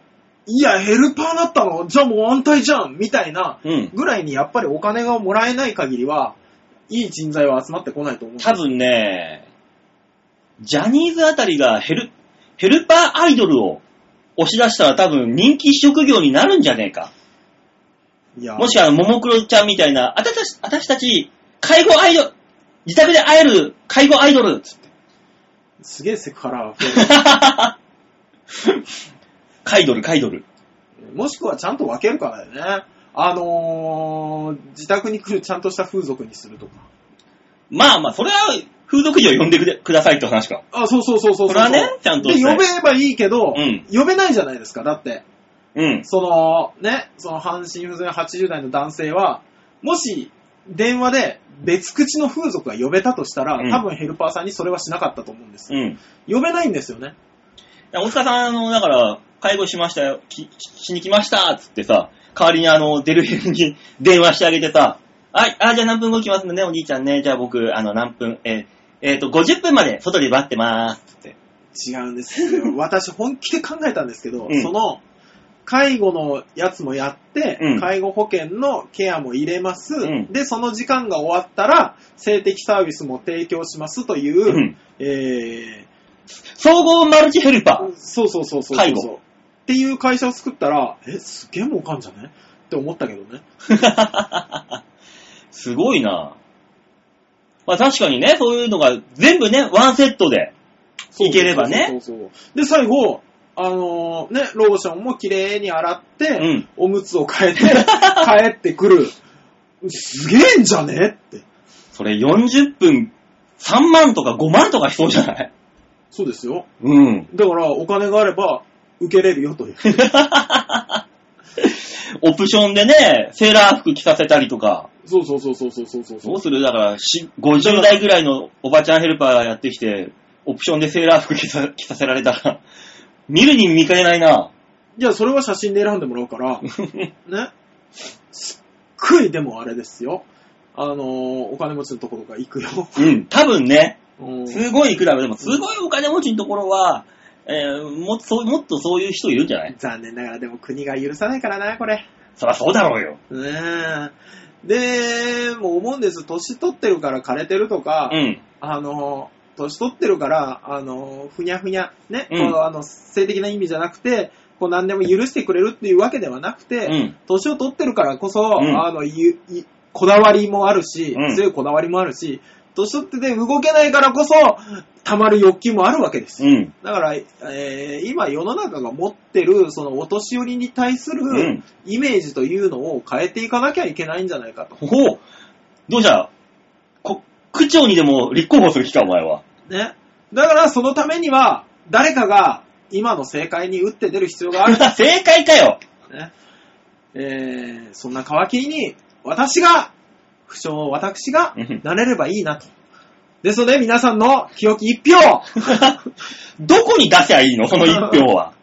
Speaker 3: いや、ヘルパーだったのじゃあもう安泰じゃんみたいな
Speaker 2: うん。
Speaker 3: ぐらいにやっぱりお金がもらえない限りは、いい人材は集まってこないと思う。
Speaker 2: 多分ね、ジャニーズあたりがヘル、ヘルパーアイドルを押し出したら多分人気職業になるんじゃねえか。
Speaker 3: いや、
Speaker 2: もしくは、ももクロちゃんみたいな、あたたし、あたしたち、介護アイドル、自宅で会える介護アイドルっつ って。
Speaker 3: すげえセクハラが 増える。
Speaker 2: カイドル、カイドル。
Speaker 3: もしくはちゃんと分けるからだよね。あのー、自宅に来るちゃんとした風俗にするとか。
Speaker 2: まあまあ、それは、風俗嬢呼んでくれくださいって話か。
Speaker 3: あ、そうそうそうそうそう。
Speaker 2: これはねちゃんとし
Speaker 3: で、
Speaker 2: た
Speaker 3: 呼
Speaker 2: い
Speaker 3: べばいいけど、
Speaker 2: うん
Speaker 3: 呼べないじゃないですか。だって、
Speaker 2: うん。
Speaker 3: その、ね、その半身不全80代の男性は、もし、電話で別口の風俗が呼べたとしたら、
Speaker 2: うん
Speaker 3: 多分ヘルパーさんにそれはしなかったと思うんです。
Speaker 2: うん。
Speaker 3: 呼べないんですよね。
Speaker 2: 大塚さん、あの、だから、介護しましたよ、きしに来ましたっつってさ、代わりにあの、デルヘルに 電話してあげてさ、はい、あ、じゃあ何分後来ますんでね、お兄ちゃんね、じゃあ僕、あの、何分、えーえーと、50分まで外で待ってまーすっつって。
Speaker 3: 違うんですよ。 私本気で考えたんですけど、
Speaker 2: うん
Speaker 3: その、介護のやつもやって、
Speaker 2: うん
Speaker 3: 介護保険のケアも入れます、
Speaker 2: うん
Speaker 3: で、その時間が終わったら、性的サービスも提供しますという、
Speaker 2: うん
Speaker 3: え
Speaker 2: 総合マルチヘルパー。
Speaker 3: ーそうそうそうそうそう。
Speaker 2: 介護
Speaker 3: っていう会社を作ったら、え、すげえ儲かんじゃねって思ったけどね。
Speaker 2: すごいなまあ確かにね、そういうのが全部ね、ワンセットで。いければね
Speaker 3: そうそうそうそうで、最後、あのーね、ローションも綺麗に洗って、
Speaker 2: うん
Speaker 3: おむつを変 えて、帰ってくる。すげえんじゃねって。
Speaker 2: それ40分3万とか5万とかしそうじゃない
Speaker 3: そうですよ。
Speaker 2: うん。
Speaker 3: だから、お金があれば、受けれるよ という。
Speaker 2: オプションでね、セーラー服着させたりとか。
Speaker 3: そうそうそうそうそうそうそう
Speaker 2: どうするだから、し50代ぐらいのおばちゃんヘルパーがやってきて、オプションでセーラー服着さ 着させられたら、見るに見かねないな。
Speaker 3: いや、それは写真で選んでもらう から、ね。すっごい、でもあれですよ。あのーお金持ちのところが行くよ。
Speaker 2: うん。多分ね、
Speaker 3: うん
Speaker 2: すごいいくらでも、すごいお金持ちのところは、えーもそうもっとそういう人いるんじゃない
Speaker 3: 残念ながら、でも国が許さないからな、これ。
Speaker 2: そりゃそうだろうよ。
Speaker 3: ねえ。で、もう思うんです。年取ってるから枯れてるとか、
Speaker 2: うん。
Speaker 3: あの、年取ってるから、あの、ふにゃふにゃ、ね、
Speaker 2: うん
Speaker 3: こうあの、性的な意味じゃなくて、こう何でも許してくれるっていうわけではなくて、
Speaker 2: うん。
Speaker 3: 年を取ってるからこそ、
Speaker 2: うん
Speaker 3: あの、ゆ、ゆこだわりもあるし、
Speaker 2: うん
Speaker 3: 強いこだわりもあるし、年取ってて動けないからこそ、溜まる欲求もあるわけです。
Speaker 2: うん。
Speaker 3: だから、えー今世の中が持ってる、そのお年寄りに対す
Speaker 2: う
Speaker 3: る
Speaker 2: ん
Speaker 3: イメージというのを変えていかなきゃいけないんじゃないかと。
Speaker 2: ほほう。どうしたこ、区長にでも立候補する気か、お前は。
Speaker 3: ね。だからそのためには、誰かが今の正解に打って出る必要があ る。
Speaker 2: 正解かよ
Speaker 3: ね。えーそんな皮切りに、私が、不詳私が
Speaker 2: うん
Speaker 3: なれればいいなと。ですので、皆さんの清き一 票
Speaker 2: どこに出せばいいのその一票は。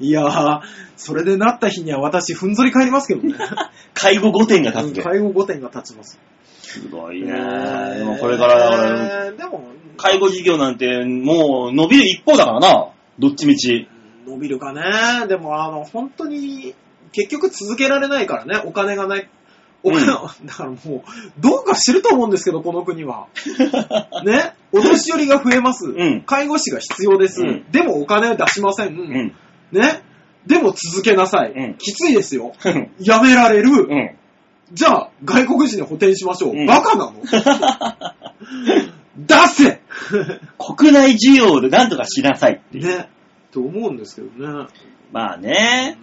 Speaker 3: いやー、それでなった日には私、ふんぞり返りますけどね。
Speaker 2: 介護5点が
Speaker 3: う
Speaker 2: 立
Speaker 3: ん
Speaker 2: つね。
Speaker 3: 介護5点が立ちます。
Speaker 2: すご
Speaker 3: い
Speaker 2: いね。でもこれから、だから、
Speaker 3: でも、
Speaker 2: 介護事業なんてもう伸びる一方だからな。どっちみ ち。
Speaker 3: 伸びるかね。でも、あの、本当に、結局続けられないからね、お金がない。お金、 だからもう、どうかしてると思うんですけど、この国は。ね、お年寄りが増えます。
Speaker 2: ん
Speaker 3: 介護士が必要です。
Speaker 2: うん
Speaker 3: でもお金を出しません。
Speaker 2: うん。
Speaker 3: ね。でも続けなさい。
Speaker 2: うん
Speaker 3: きついですよ。
Speaker 2: うん。
Speaker 3: やめられる。
Speaker 2: うん。
Speaker 3: じゃあ、外国人に補填しましょう。
Speaker 2: うん
Speaker 3: バ カなの出せ
Speaker 2: 国内需要でなんとかしなさいっていう。
Speaker 3: ね。って思うんですけどね。
Speaker 2: まあね。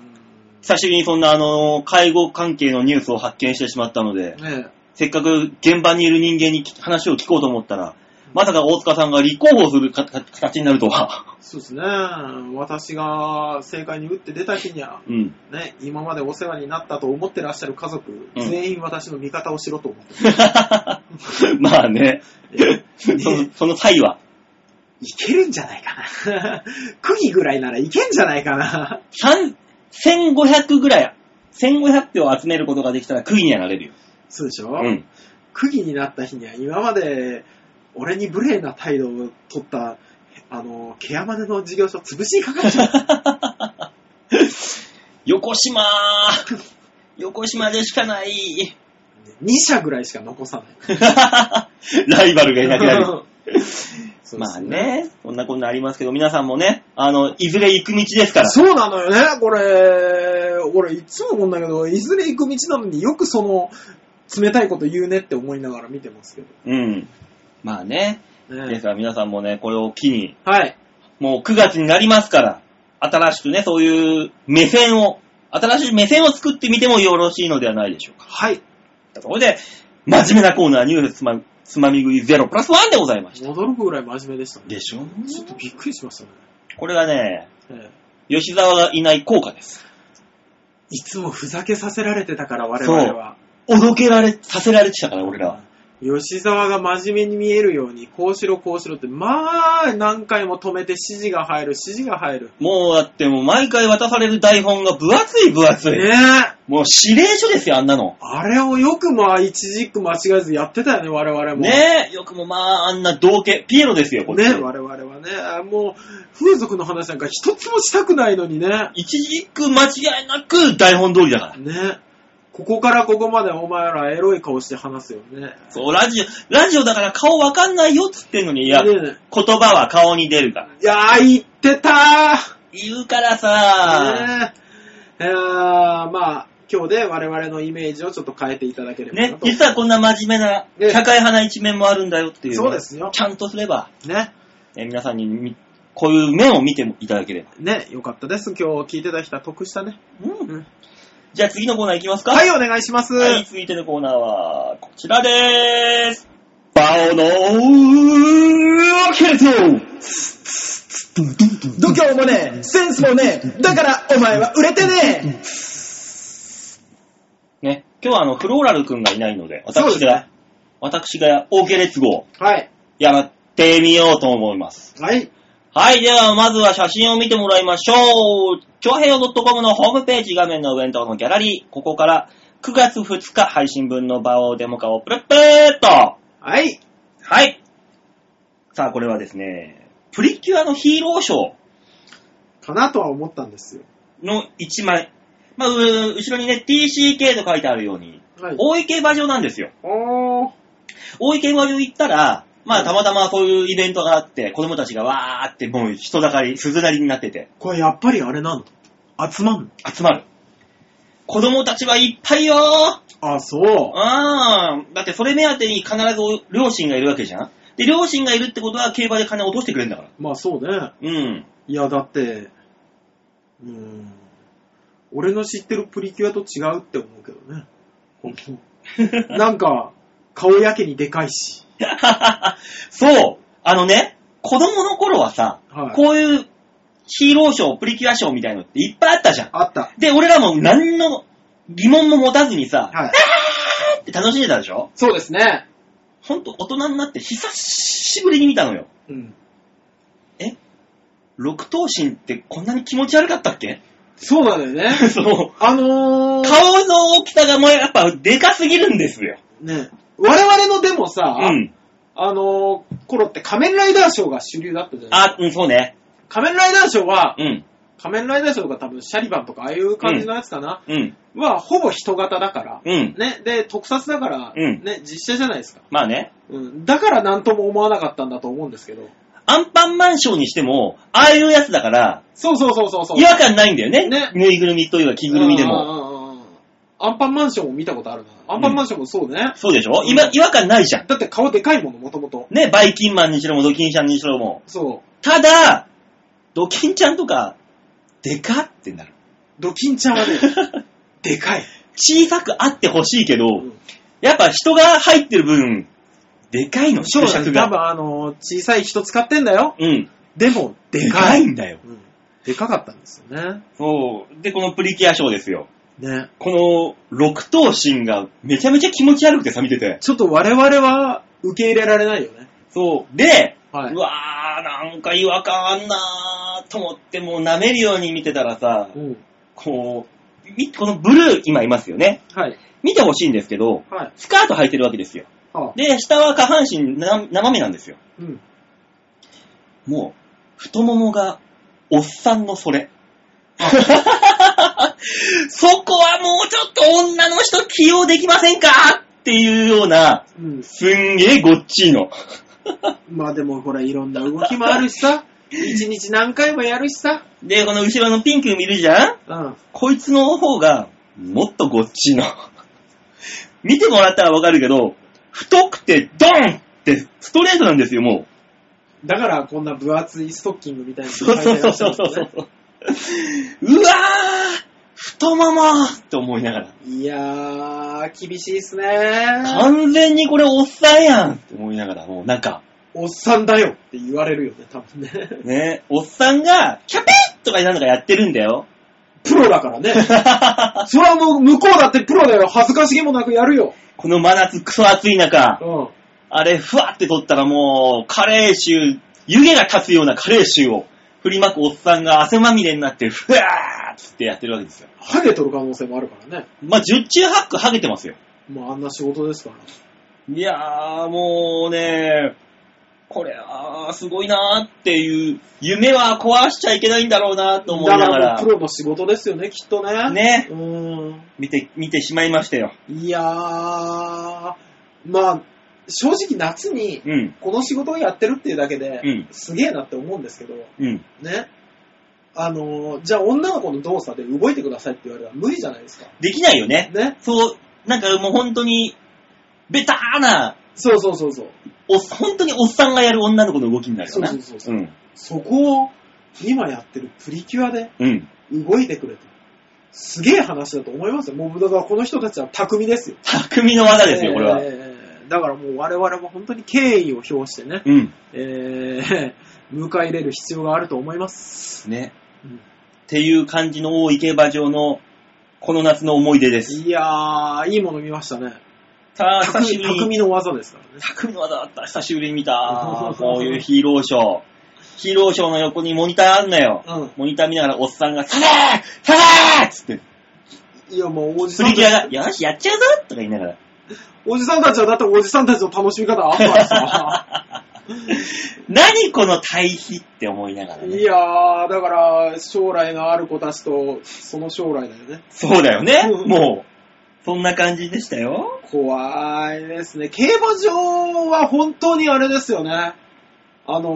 Speaker 2: 久しぶりにそんなあの、介護関係のニュースを発見してしまったので、
Speaker 3: ね
Speaker 2: せっかく現場にいる人間に聞話を聞こうと思ったら、まさか大塚さんが立候補するかか形になるとは。
Speaker 3: そうですね。私が正解に打って出た日には、
Speaker 2: うん。
Speaker 3: ね、今までお世話になったと思ってらっしゃる家族、
Speaker 2: うん
Speaker 3: 全員私の味方をしろと思って
Speaker 2: まあね。
Speaker 3: る。
Speaker 2: その、その際は、
Speaker 3: いけるんじゃないかな。 釘ぐらいならいけんじゃないかな。
Speaker 2: 3、1500ぐらい、1500票を集めることができたら悔いにはなれるよ。
Speaker 3: そうでしょ、
Speaker 2: うん。
Speaker 3: 釘になった日には今まで俺に無礼な態度を取った、あの、ケアマネの事業所潰しにかかっちゃう。
Speaker 2: 横島ー 横島でしかない
Speaker 3: 2社ぐらいしか残さない。
Speaker 2: ライバルがいなく なる。
Speaker 3: そうで
Speaker 2: まあ
Speaker 3: す
Speaker 2: ね、そんなことありますけど、皆さんもね、あの、いずれ行く道ですから。
Speaker 3: そうなのよね、これ、俺いつも思うんだけど、いずれ行く道なのによくその、冷たいこと言うねって思いながら見てますけ
Speaker 2: うん。まあね。
Speaker 3: ど。
Speaker 2: です
Speaker 3: ね、
Speaker 2: から皆さんもね、これを機に、
Speaker 3: はい。
Speaker 2: もう9月になりますから、新しくね、そういう目線を、新しい目線を作ってみてもよろしいのではないでしょうか。
Speaker 3: はい。
Speaker 2: そこで、真面目なコーナー、ニュースつまつまみ食いゼロプラスワンでございました。
Speaker 3: 驚くぐらい真面目でしたね。
Speaker 2: でしょ
Speaker 3: ちょっとびっくりしましたね。
Speaker 2: これがね、
Speaker 3: ええ
Speaker 2: 吉沢がいない効果です。
Speaker 3: いつもふざけさせられてたから、我々は。
Speaker 2: おどけられ、させられてたから、俺らは。
Speaker 3: 吉沢が真面目に見えるように、こうしろこうしろって、まあ、何回も止めて指示が入る、指示が入る。
Speaker 2: もうだってもう毎回渡される台本が分厚い分厚
Speaker 3: ね
Speaker 2: い。
Speaker 3: え。
Speaker 2: もう指令書ですよ、あんなの。
Speaker 3: あれをよくまあ、一軸間違えずやってたよね、我々も。
Speaker 2: ねえ、よくもまああんな道家、ピエロですよ、こっち。
Speaker 3: ね、我々はね、あもう、風俗の話なんか一つもしたくないのにね。
Speaker 2: 一軸間違いなく台本通りだから。
Speaker 3: ね。ここからここまでお前らエロい顔して話すよね。
Speaker 2: そう、ラジオ、ラジオだから顔わかんないよっつってんのに、いや、
Speaker 3: ね
Speaker 2: 言葉は顔に出るから。
Speaker 3: いやー、言ってた
Speaker 2: 言うから
Speaker 3: ー
Speaker 2: さ、
Speaker 3: ねえーまあ、今日で我々のイメージをちょっと変えていただければな
Speaker 2: ね
Speaker 3: と、。
Speaker 2: 実はこんな真面目な、
Speaker 3: ね
Speaker 2: 社会派な一面もあるんだよっていう。
Speaker 3: そうですよ
Speaker 2: ちゃんとすれば、
Speaker 3: ね。
Speaker 2: え皆さんにみこういう面を見ていただければ。
Speaker 3: ね、よかったです。今日聞いていただいた得したね。
Speaker 2: うん
Speaker 3: うん
Speaker 2: じゃあ次のコーナーいきますか
Speaker 3: はい、お願いします。
Speaker 2: はい、続いてのコーナーは、こちらでーす。バオのケルト
Speaker 3: 度胸もね、センスもね、だからお前は売れてね。
Speaker 2: ね、今日はあの、フローラル君がいないので、
Speaker 3: そ
Speaker 2: 私
Speaker 3: うです
Speaker 2: が、
Speaker 3: ね
Speaker 2: 私が OK 列号、
Speaker 3: はい。
Speaker 2: やってみようと思います。
Speaker 3: はい。
Speaker 2: はい、ではまずは写真を見てもらいましょう。ちょへよ .com のホームページ画面の上のところのギャラリー、ここから9月2日配信分のバオデモ化をプルップルっと
Speaker 3: はい。
Speaker 2: はい。さあ、これはですね、プリキュアのヒーローショー。
Speaker 3: かなとは思ったんですよ。
Speaker 2: の1枚。まあ、うー後ろにね、TCK と書いてあるように、
Speaker 3: はい。
Speaker 2: 大井競馬場なんですよ。
Speaker 3: おー。
Speaker 2: 大井競馬場行ったら、ま
Speaker 3: は
Speaker 2: あ、
Speaker 3: い
Speaker 2: たまたまそういうイベントがあって、子供たちがわーってもう人だかり、鈴なりになってて、
Speaker 3: これやっぱりあれなの集まんの
Speaker 2: 集まる。子供たちはいっぱいよー
Speaker 3: あ、そう。
Speaker 2: ああ、だってそれ目当てに必ず両親がいるわけじゃん。で、両親がいるってことは競馬で金を落としてくれるんだから。
Speaker 3: まあそうね。
Speaker 2: うん。
Speaker 3: いや、だって、うーん。俺の知ってるプリキュアと違うって思うけど ね。本当になんか、顔やけにでかいし。
Speaker 2: そうあのね、子供の頃はさ、
Speaker 3: はい
Speaker 2: こういうヒーローショー、プリキュアショーみたいのっていっぱいあったじゃん。
Speaker 3: あった。
Speaker 2: で、俺らも何の疑問も持たずにさ、
Speaker 3: はい。
Speaker 2: って楽しんでたでしょ
Speaker 3: そうですね。
Speaker 2: ほんと大人になって久しぶりに見たのよ。
Speaker 3: うん。
Speaker 2: 六頭身ってこんなに気持ち悪かったっけ
Speaker 3: そうなんだよね。
Speaker 2: そう。
Speaker 3: あのー、
Speaker 2: 顔の大きさがもうやっぱでかすぎるんですよ。
Speaker 3: ね、我々のでもさ、
Speaker 2: うん。
Speaker 3: あのー、頃って仮面ライダーショーが主流だったじゃないで
Speaker 2: あ、
Speaker 3: すか。
Speaker 2: うん、そうね。
Speaker 3: 仮面ライダーショーは、
Speaker 2: うん。
Speaker 3: 仮面ライダーショーとか多分シャリバンとかああいう感じのやつかな、
Speaker 2: うん。
Speaker 3: はほぼ人型だから、
Speaker 2: うん。
Speaker 3: ね、で、特撮だから、
Speaker 2: うん
Speaker 3: ね、実写じゃないですか。
Speaker 2: まあね。
Speaker 3: うん、だから何とも思わなかったんだと思うんですけど。
Speaker 2: アンパンマンショーにしても、ああいうやつだから、
Speaker 3: そうそうそうそうそう。
Speaker 2: 違和感ないんだよね。
Speaker 3: ね
Speaker 2: ぬいぐるみというか着ぐるみでも。
Speaker 3: も。うんうんうんアンパンマンションも見たことあるな。アンパンマンションもそうね。
Speaker 2: そうでしょ今、違和感ないじゃん。
Speaker 3: だって顔でかいもの、もともと。
Speaker 2: ね、バイキンマンにしろもドキンちゃんにしろも。
Speaker 3: そ
Speaker 2: ただ、ドキンちゃんとか、でかって なる。
Speaker 3: う。ドキンちゃんはね、 でかい。
Speaker 2: 小さくあってほしいけど、
Speaker 3: ん
Speaker 2: やっぱ人が入ってる分、でかいの、
Speaker 3: そう
Speaker 2: 縮
Speaker 3: だね
Speaker 2: 尺
Speaker 3: 多
Speaker 2: が。
Speaker 3: 分あの、小さい人使ってんだよ。
Speaker 2: うん。
Speaker 3: でも、で
Speaker 2: で
Speaker 3: か
Speaker 2: か
Speaker 3: い。
Speaker 2: いんだよ。
Speaker 3: うんでかかったんですよね。
Speaker 2: そう。で、このプリキュアショーですよ。
Speaker 3: ね。
Speaker 2: この、六頭身がめちゃめちゃ気持ち悪くてさ、見てて。
Speaker 3: ちょっと我々は受け入れられないよね。
Speaker 2: そう。で、。
Speaker 3: はいう
Speaker 2: わー、なんか違和感あんなーと思って、もう舐めるように見てたらさ、
Speaker 3: うん。
Speaker 2: こう、みこのブルー、今いますよね。
Speaker 3: はい。
Speaker 2: 見てほしいんですけど、
Speaker 3: はい。
Speaker 2: スカート履いてるわけですよ。
Speaker 3: ああ
Speaker 2: で、下は下半身な斜めなんですよ。
Speaker 3: うん。
Speaker 2: もう、太ももが、おっさんのそれ。 そこはもうちょっと女の人起用できませんかっていうような、
Speaker 3: うん。
Speaker 2: すんげえごっちいの。
Speaker 3: まあでもほら、いろんな動きもあるし さ、一日何回もやるしさ。
Speaker 2: で、この後ろのピンク見るじゃん
Speaker 3: うん。
Speaker 2: こいつの方が、もっとごっちいの。見てもらったらわかるけど、太くてドンってストレートなんですよ、も。
Speaker 3: だからこんな分厚いストッキングみたいうな
Speaker 2: そうそうそうそうそう。 うわー太ももって思いながら。
Speaker 3: いやー、厳しいっすね。
Speaker 2: 完全にこれおっさんやんって思いながら、もうなんか、
Speaker 3: おっさんだよって言われるよね、多分ね。
Speaker 2: ね、おっさんが、キャペッとかなんとかやってるんだよ。
Speaker 3: プロだ からね。それはもう向こうだってプロだよ。恥ずかしげもなくやるよ。
Speaker 2: この真夏クソ暑い中、
Speaker 3: うん。
Speaker 2: あれ、ふわって取ったらもう、カレー臭、湯気が立つようなカレー臭を振りまくおっさんが汗まみれになって、ふわーっつってやってるわけですよ。
Speaker 3: ハゲ取る可能性もあるからね。
Speaker 2: まあ、十中八九ハゲてますよ。
Speaker 3: もうあんな仕事ですから。
Speaker 2: いやー、もうね、これはすごいなーっていう、夢は壊しちゃいけないんだろうなと思い
Speaker 3: だ
Speaker 2: なが
Speaker 3: から
Speaker 2: ら
Speaker 3: もう、プロの仕事ですよね、きっとね。。
Speaker 2: ね、
Speaker 3: うーん。
Speaker 2: 見て、見てしまいましたよ。
Speaker 3: いやー、まあ、正直夏に
Speaker 2: うん、
Speaker 3: この仕事をやってるっていうだけで、
Speaker 2: うん
Speaker 3: すげえなって思うんですけど、
Speaker 2: うん。
Speaker 3: ね。あのー、じゃあ女の子の動作で動いてくださいって言われたら無理じゃないですか。
Speaker 2: できないよね。
Speaker 3: ね。
Speaker 2: そう、なんかもう本当に、ベターな、
Speaker 3: そうそうそうそう。
Speaker 2: お本当におっさんがやる女の子の動きになるよな。
Speaker 3: そうそうそうそ
Speaker 2: うん。
Speaker 3: そこを今やってるプリキュアで
Speaker 2: うん。
Speaker 3: 動いてくれと。すげえ話だと思いますよ。もう、だからこの人たちは巧みですよ。
Speaker 2: 匠の技ですよ、これは。
Speaker 3: えーだからもう我々も本当に敬意を表してね、
Speaker 2: うん。
Speaker 3: えー 迎え入れる必要があると思います。
Speaker 2: ね。
Speaker 3: うん
Speaker 2: っていう感じの大池場場の、この夏の思い出です。
Speaker 3: いやー、いいもの見ましたね。
Speaker 2: さあ、久し
Speaker 3: 匠
Speaker 2: ぶりに。
Speaker 3: 匠の技ですからね。。
Speaker 2: 匠の技だった。久しぶりに見た こういうヒーローショー。ヒーローショーの横にモニターあんのよ。
Speaker 3: うん
Speaker 2: モニター見ながらおっさんが、サレーサレーっつって、
Speaker 3: いや、もうおじ
Speaker 2: プ
Speaker 3: さ
Speaker 2: リ
Speaker 3: ん
Speaker 2: キュア
Speaker 3: たち、
Speaker 2: が、 よし、やっちゃうぞとか言いながら。
Speaker 3: おじさんたちはだっておじさんたちの楽しみ方あったから さ。
Speaker 2: 何この対比って思いながら
Speaker 3: い
Speaker 2: ね。
Speaker 3: やー、だから、将来のある子たちと、その将来だよね。
Speaker 2: そうだよね。
Speaker 3: うん
Speaker 2: もう、そんな感じでしたよ。
Speaker 3: 怖いですね。競馬場は本当にあれですよね。あの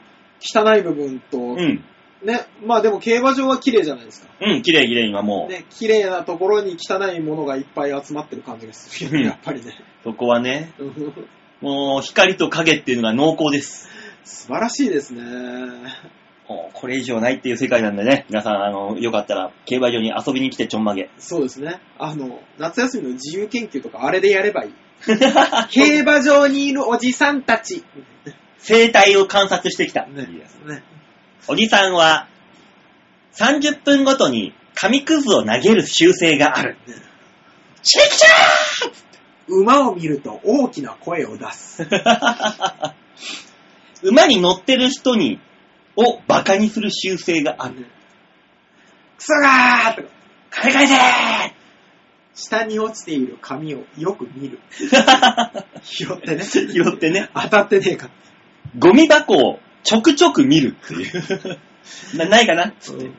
Speaker 3: ー、汚い部分と、
Speaker 2: うん。
Speaker 3: ね、まあでも競馬場は綺麗じゃないですか。
Speaker 2: うん、綺麗綺麗今もう、
Speaker 3: ね、綺麗なところに汚いものがいっぱい集まってる感じがするよね、やっぱりね。
Speaker 2: そこはね、
Speaker 3: うん
Speaker 2: もう光と影っていうのが濃厚です。
Speaker 3: 素晴らしいですね。
Speaker 2: もうこれ以上ないっていう世界なんでね、皆さん、あの、よかったら競馬場に遊びに来てちょん まげ。
Speaker 3: そうですね。あの、夏休みの自由研究とかあれでやればいい。競馬場にいるおじさんたち。
Speaker 2: 生態を観察してきた。
Speaker 3: ねね
Speaker 2: おじさんは、30分ごとに紙くずを投げる習性がある。チェキチ
Speaker 3: 馬を見ると大きな声を出す。
Speaker 2: ャー 馬に乗ってる人に、を馬鹿にする習性がある。
Speaker 3: クソガーとか、
Speaker 2: 金返せ
Speaker 3: 下に落ちている紙をよく見 る。
Speaker 2: ー
Speaker 3: 拾ってね。
Speaker 2: 拾ってね、
Speaker 3: 当たってねえか。
Speaker 2: ゴミ箱をちょくちょく見るっていう。 なないかなつって。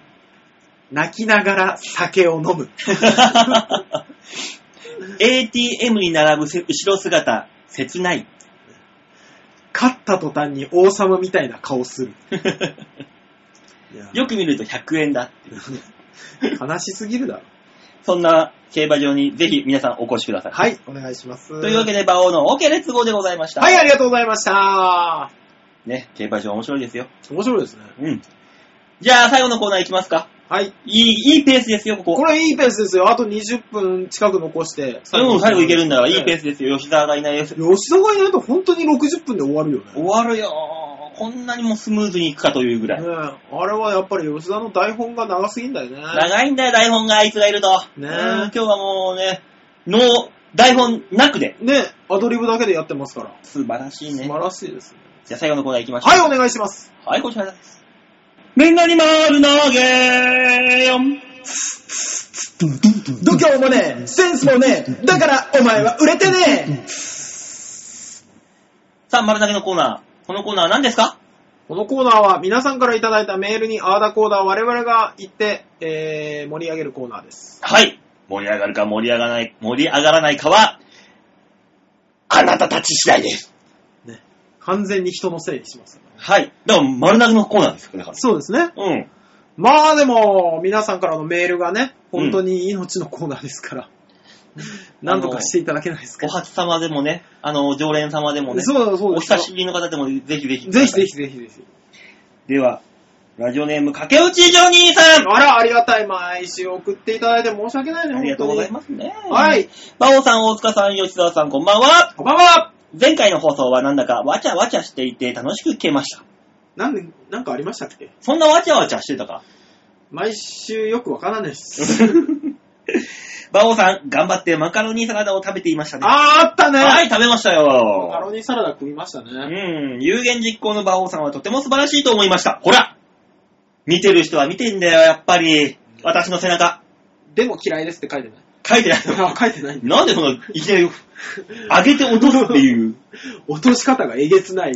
Speaker 3: 泣きながら酒を飲む。
Speaker 2: ATM に並ぶせ後ろ姿、切 ない。
Speaker 3: 勝った途端に王様みたいな顔する。
Speaker 2: よく見ると100円だ。
Speaker 3: 悲しすぎるだろ。
Speaker 2: そんな競馬場にぜひ皆さんお越しください。
Speaker 3: はい、お願いします。
Speaker 2: というわけで、馬王の OK レッツゴーでございました。
Speaker 3: はい、ありがとうございました。
Speaker 2: ね、競馬場面白いですよ。
Speaker 3: 面白いですね。
Speaker 2: うん。じゃあ、最後のコーナーいきますか。
Speaker 3: はい。
Speaker 2: いい、いいペースですよ、こ
Speaker 3: こ
Speaker 2: こ。
Speaker 3: れいいペースですよ。あと20分近く残して。
Speaker 2: うん、最後いけるんだから、いいペー
Speaker 3: ス。
Speaker 2: スですよ。吉沢がいないです。
Speaker 3: 吉田がいないと本当に60分で終わるよね。
Speaker 2: 終わるよーこんなにもスムーズにいくかというぐらい。
Speaker 3: ねえあれはやっぱり吉田の台本が長すぎんだよね。
Speaker 2: 長いんだよ、台本があいつがいると。うん
Speaker 3: ね
Speaker 2: 今日はもうね、ノー、台本なくで。
Speaker 3: ねえアドリブだけでやってますから。
Speaker 2: 素晴らしい
Speaker 3: 素
Speaker 2: ね。
Speaker 3: 晴らしいですね。
Speaker 2: じゃあ最後のコーナーいきましょう。
Speaker 3: はい、お願いします。
Speaker 2: はい、こちらです。みんなに丸投げよん
Speaker 3: 度胸もねえ、センスもねえ、だからお前は売れてねえ。
Speaker 2: さあ、丸投げのコーナー。このコーナーは何ですか
Speaker 3: このコーナーは皆さんからいただいたメールにあーだこーだ我々が言って、えー、盛り上げるコーナーです。
Speaker 2: はい。盛り上がるか盛り上がらない、盛り上がらないかは、あなたたち次第です。
Speaker 3: ね。完全に人のせいにします。
Speaker 2: はい。だから丸投げのコーナーですよ、だか
Speaker 3: そうですね。
Speaker 2: ら。うん。
Speaker 3: まあでも、皆さんからのメールがね、本当に命のコーナーですから。なんとかしていただけないですか
Speaker 2: お。初様でもね、あの、常連様でもね、
Speaker 3: そうだそう
Speaker 2: お
Speaker 3: ですよ
Speaker 2: 久しぶりの方でもぜひぜひ。
Speaker 3: ぜひぜひぜひぜひ。
Speaker 2: では、ラジオネーム、かけうちジョニーさん
Speaker 3: あら、ありがたい。毎週送っていただいて申し訳ないね、
Speaker 2: ありがとうござい
Speaker 3: 本
Speaker 2: ますね。
Speaker 3: 当にはい。。
Speaker 2: 馬王さん、大塚さん、吉沢さん、こんばんは。
Speaker 3: こんばんは
Speaker 2: 前回の放送はなんだかわちゃわちゃしていて楽しく聞けました。
Speaker 3: なんで、なんかありましたっけ
Speaker 2: そんなわちゃわちゃしてた か
Speaker 3: 毎週よくわからないです。
Speaker 2: 馬王さん、頑張ってマカロニサラダを食べていましたね。
Speaker 3: あー、あったね
Speaker 2: はい、食べました
Speaker 3: マカ
Speaker 2: よ。
Speaker 3: ロニサラダ食いました
Speaker 2: う
Speaker 3: ね。
Speaker 2: ん、有言実行の馬王さんはとても素晴らしいと思いました。ほら見てる人は見てんだよ、やっぱり。私の背中、
Speaker 3: でも嫌いですって書いてない。
Speaker 2: 書いてないの。
Speaker 3: あ、 書いてない。
Speaker 2: なんでそんな、いきなり、上げて落とすっていう。
Speaker 3: 落とし方がえげつない。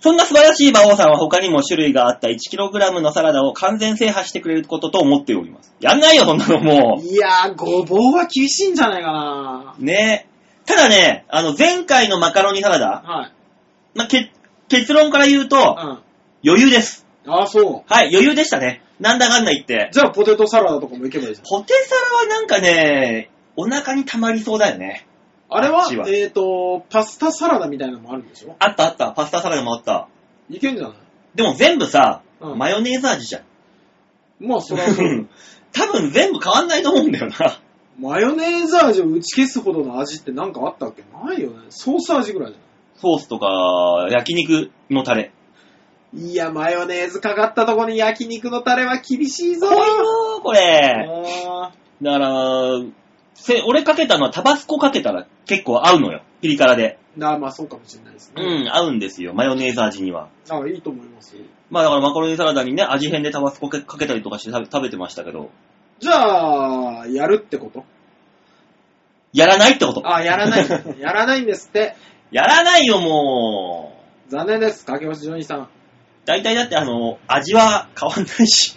Speaker 2: そんな素晴らしい馬王さんは他にも種類があった 1kg のサラダを完全制覇してくれることと思っております。やんないよ、そんなのも
Speaker 3: いやー、ごぼうは厳しいんじゃないかな
Speaker 2: う。ねただね、あの、前回のマカロニサラダ、
Speaker 3: はい。
Speaker 2: まあ、け結論から言うと、余裕です。
Speaker 3: うん。あー、そう。
Speaker 2: はい、余裕でしたね。なんだかんだ言って。
Speaker 3: じゃあポテトサラダとかもいけばいいじゃん。
Speaker 2: ポテサラはなんかね、お腹に溜まりそうだよね。
Speaker 3: あれ
Speaker 2: あ
Speaker 3: は
Speaker 2: っちは
Speaker 3: えっ、と、パスタサラダみたいなのもあるんでしょ
Speaker 2: あったあった、パスタサラダもあった。
Speaker 3: いけんじゃない
Speaker 2: でも全部さ、
Speaker 3: うん
Speaker 2: マヨネーズ味じゃん。
Speaker 3: まあ、それはそう だ。
Speaker 2: 多分全部変わんないと思うんだよな。
Speaker 3: マヨネーズ味を打ち消すほどの味ってなんかあったっけないよね。ソース味ぐらいじゃ
Speaker 2: ソースとか、焼肉のタレ。
Speaker 3: ないいや、マヨネーズかかったとこに焼肉のタレは厳しいぞ
Speaker 2: 濃いよー、これ。
Speaker 3: あ
Speaker 2: だから、せ俺かけたのはタバスコかけたら結構合うのよ。ピリ辛で。
Speaker 3: ーなあまあそうかもしれないです
Speaker 2: う
Speaker 3: ね。
Speaker 2: ん、合うんですよ。マヨネーズ味には。
Speaker 3: あいいと思います。
Speaker 2: まあだからマカロニサラダにね、味変でタバスコかけたりとかして食べ食べてましたけど、
Speaker 3: じゃあ、やるってこと
Speaker 2: やらないってこと。
Speaker 3: あ、やらない。 やらないんですって。
Speaker 2: やらないよ、もう。
Speaker 3: 残念です。かけましジョニーさ ん。
Speaker 2: 大体だってあの、味は変わんないし。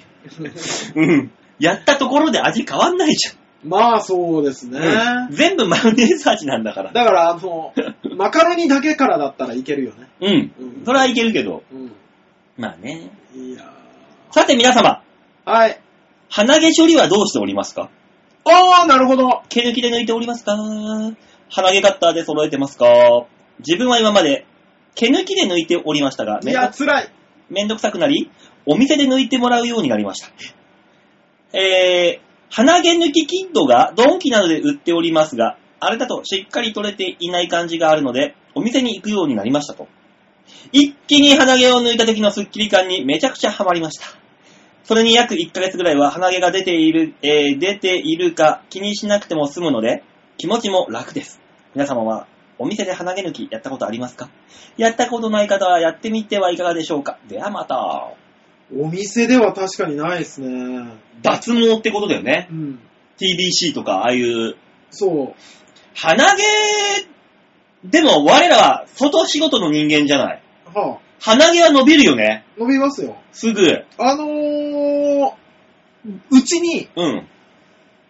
Speaker 2: うん。やったところで味変わんないじ
Speaker 3: まあそうですね。
Speaker 2: ゃん。うん全部マヨネーズ味なんだから。
Speaker 3: だから、あの、マカロニだけからだったらいけるよね。
Speaker 2: うん。
Speaker 3: うん
Speaker 2: それはいけるけど。
Speaker 3: うん。
Speaker 2: まあね。
Speaker 3: いや
Speaker 2: さて皆様、
Speaker 3: はい。
Speaker 2: 鼻毛処理はどうしておりますか
Speaker 3: あー、なるほど。
Speaker 2: 毛抜きで抜いておりますか鼻毛カッターで揃えてますか自分は今まで毛抜きで抜いておりましたが、
Speaker 3: い
Speaker 2: めんど
Speaker 3: や、辛い。
Speaker 2: めんどくさくなり、お店で抜いてもらうようになりました。えー、鼻毛抜きキットがドンキなどで売っておりますが、あれだとしっかり取れていない感じがあるので、お店に行くようになりましたと。一気に鼻毛を抜いた時のスッキリ感にめちゃくちゃハマりました。それに約1ヶ月ぐらいは鼻毛が出ている、えー出ているか気にしなくても済むので、気持ちも楽です。皆様は、お店で鼻毛抜きやったことありますかやったことない方はやってみてはいかがでしょうかではまた。
Speaker 3: お店では確かにないですね。
Speaker 2: 脱毛ってことだよね
Speaker 3: う。ん。
Speaker 2: TBC とか、ああいう、
Speaker 3: そう。
Speaker 2: 鼻毛、でも我らは外仕事の人間じゃない。
Speaker 3: はあ、
Speaker 2: 鼻毛は伸びるよね。
Speaker 3: 伸びますよ。
Speaker 2: すぐ。
Speaker 3: あのー、うちに、
Speaker 2: うん。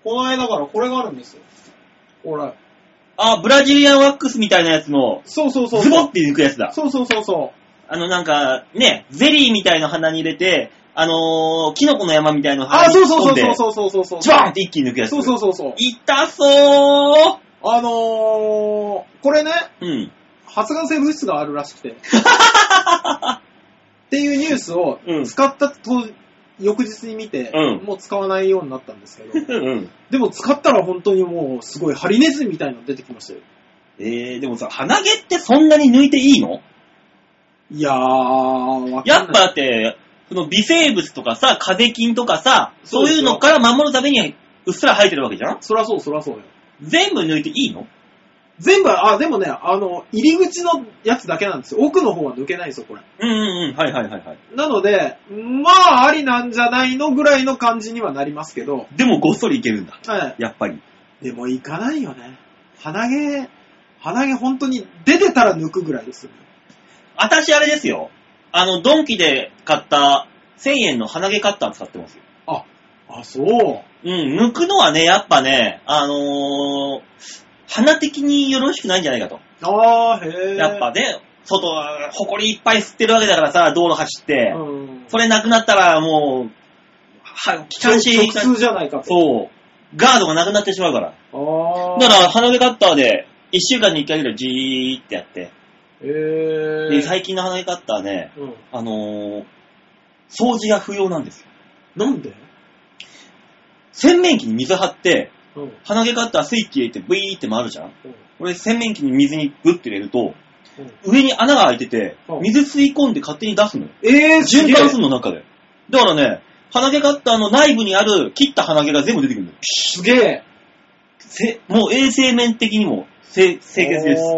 Speaker 3: この間からこれがあるんですよ。ほら。
Speaker 2: あ、ブラジリアンワックスみたいなやつの、
Speaker 3: そうそうそう
Speaker 2: ズボ
Speaker 3: そ
Speaker 2: っ
Speaker 3: う。
Speaker 2: て抜くやつだ。
Speaker 3: そうそうそうそ
Speaker 2: あのなんか、ね、ゼリーみたいな鼻に入れて、あのー、キノコの山みたいな
Speaker 3: う。
Speaker 2: 鼻
Speaker 3: あ、
Speaker 2: に
Speaker 3: そう
Speaker 2: 突っ
Speaker 3: そ
Speaker 2: 込ん
Speaker 3: う
Speaker 2: で、
Speaker 3: そうそうそうそうそう。
Speaker 2: ジバーンって一気に抜くやつ。
Speaker 3: そうそうそうそう。
Speaker 2: 痛そう
Speaker 3: あのー、これね、
Speaker 2: うん。
Speaker 3: 発がん性物質があるらし くて。っていうニュースを
Speaker 2: うん
Speaker 3: 使ったと、翌日に見て、
Speaker 2: うん
Speaker 3: もう使わないようになったんですけど。
Speaker 2: うん。
Speaker 3: でも使ったら本当にもうすごいハリネズミみたいなの出てきましたよ。
Speaker 2: えー、でもさ、鼻毛ってそんなに抜いていいの
Speaker 3: いやー、わ
Speaker 2: や
Speaker 3: か
Speaker 2: っ
Speaker 3: ん
Speaker 2: ぱ
Speaker 3: ない。
Speaker 2: だって、その微生物とかさ、風邪菌とかさ、
Speaker 3: そ
Speaker 2: そうう
Speaker 3: です
Speaker 2: いう
Speaker 3: よ
Speaker 2: のから守るためにうっすら生えてるわけじゃん
Speaker 3: そらそうそらそうよ。
Speaker 2: 全部抜いていいの
Speaker 3: 全部、あ、でもね、あの、入り口のやつだけなんですよ。奥の方は抜けないんですよ、これ。
Speaker 2: うんうんうん、はいはいはいはい。
Speaker 3: なので、まあ、ありなんじゃないのぐらいの感じにはなりますけど、
Speaker 2: でもごっそりいけるんだ。
Speaker 3: は
Speaker 2: やっぱり。
Speaker 3: い。でも、いかないよね。鼻毛、鼻毛本当に出てたら抜くぐらいですよね。
Speaker 2: 私あれですよ。あの、ドンキで買った1000円の鼻毛カッター使ってますよ。
Speaker 3: あ、そう。
Speaker 2: うん、抜くのはね、やっぱね、あのー、鼻的によろしくないんじゃないかと。
Speaker 3: あー、へー。
Speaker 2: やっぱね、外は、埃いっぱい吸ってるわけだからさ、道路走って。
Speaker 3: うん。
Speaker 2: それなくなったらもう、は、機関士、
Speaker 3: 直通じゃないかと。
Speaker 2: そう、ガードがなくなってしまうから。
Speaker 3: あ
Speaker 2: だ
Speaker 3: ー。
Speaker 2: から、鼻毛カッターで、1週間に1回ぐらいじーってやって。
Speaker 3: へー。
Speaker 2: で、最近の鼻毛カッターね、
Speaker 3: うん。
Speaker 2: あのー、掃除が不要なんですよ。
Speaker 3: なんで
Speaker 2: 洗面器に水張って、
Speaker 3: うん。
Speaker 2: 鼻毛カッタースイッチ入れてブイーって回るじゃん
Speaker 3: うん
Speaker 2: これ洗面器に水にグッて入れると、
Speaker 3: うん
Speaker 2: 上に穴が開いてて
Speaker 3: う、ん
Speaker 2: 水吸い込んで勝手に出すのよ。
Speaker 3: えー、
Speaker 2: 循環す
Speaker 3: る
Speaker 2: るの中で。だからね、鼻毛カッターの内部にある切った鼻毛が全部出てくるのよ。
Speaker 3: すげえ。
Speaker 2: せもう衛生面的にも清清潔です。
Speaker 3: あ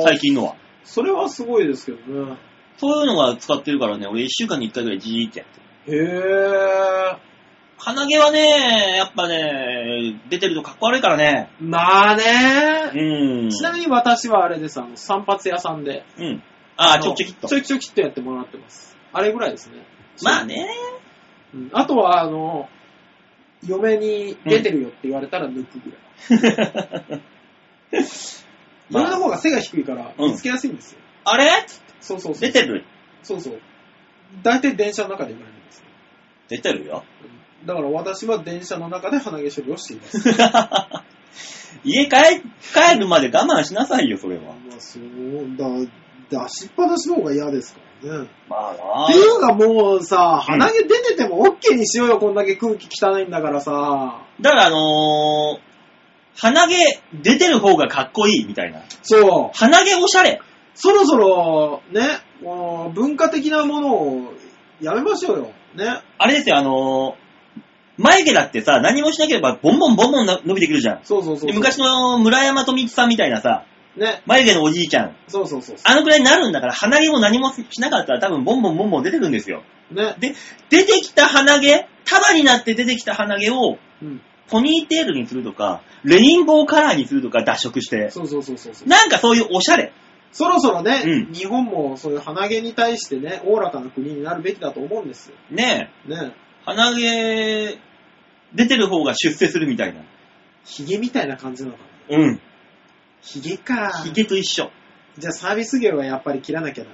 Speaker 3: ー
Speaker 2: 最近のは。
Speaker 3: それはすごいですけどね。
Speaker 2: そういうのが使ってるからね、俺一週間に一回ぐらいじーってやってる。
Speaker 3: へえ。
Speaker 2: 鼻毛はね、やっぱね、出てるとかっこ悪いからね。
Speaker 3: まあね、
Speaker 2: うん。
Speaker 3: ちなみに私はあれです、あの、散髪屋さんで。
Speaker 2: うん。あー、
Speaker 3: の
Speaker 2: ちょっちょきっと
Speaker 3: ち。ょいちょきっとやってもらってます。あれぐらいですね。
Speaker 2: まあ ね。
Speaker 3: そう。うんあとは、あの、嫁に出てるよって言われたら抜くぐらい。
Speaker 2: まあ
Speaker 3: 嫁の方が背が低いから
Speaker 2: うん
Speaker 3: 見つけやすいんですよ。
Speaker 2: あれ
Speaker 3: そうそうそう。
Speaker 2: 出てる
Speaker 3: そうそう。大体電車の中で言われるんですよ。
Speaker 2: 出てるよ。
Speaker 3: うんだから私は電車の中で鼻毛処理をしています。
Speaker 2: 家帰、帰るまで我慢しなさいよ、それは。
Speaker 3: まあそうだ、出しっぱなしの方が嫌ですからね。
Speaker 2: まあな
Speaker 3: っていうかもう
Speaker 2: う
Speaker 3: さ、
Speaker 2: ん
Speaker 3: 鼻毛出てても OK にしようよ、こんだけ空気汚いんだからさ。
Speaker 2: だからあのー、鼻毛出てる方がかっこいいみたいな。
Speaker 3: そう。
Speaker 2: 鼻毛おしゃれ。
Speaker 3: そろそろ、ね、もう文化的なものをやめましょうよ。ね。
Speaker 2: あれですよ、あのー、眉毛だってさ、何もしなければボンボンボンボンな伸びてくるじゃん。
Speaker 3: そうそうそうそ
Speaker 2: で
Speaker 3: う。
Speaker 2: 昔の村山富一さんみたいなさ、
Speaker 3: ね。
Speaker 2: 眉毛のおじいちゃん、
Speaker 3: そうそうそうそ
Speaker 2: あのくらいになるんだから、鼻毛も何もしなかったら多分ボンボンボンボン出てくるんですよ。
Speaker 3: う。ね。
Speaker 2: 出てきた鼻毛、束になって出てきた鼻毛を、
Speaker 3: うん。
Speaker 2: ポニーテールにするとか、レインボーカラーにするとか脱色して、
Speaker 3: そうそうそうそうそう。
Speaker 2: なんかそういうおしゃれ。
Speaker 3: そろそろね、
Speaker 2: うん
Speaker 3: 日本もそういう鼻毛に対してね、おおらかな国になるべきだと思うんですよ。
Speaker 2: ねえ、
Speaker 3: ね。
Speaker 2: 鼻毛、出てる方が出世するみたいな。
Speaker 3: ヒゲみたいな感じなのかな。
Speaker 2: うん。
Speaker 3: ヒゲか。
Speaker 2: ヒゲと一緒。
Speaker 3: じゃあサービス業はやっぱり切らなきゃ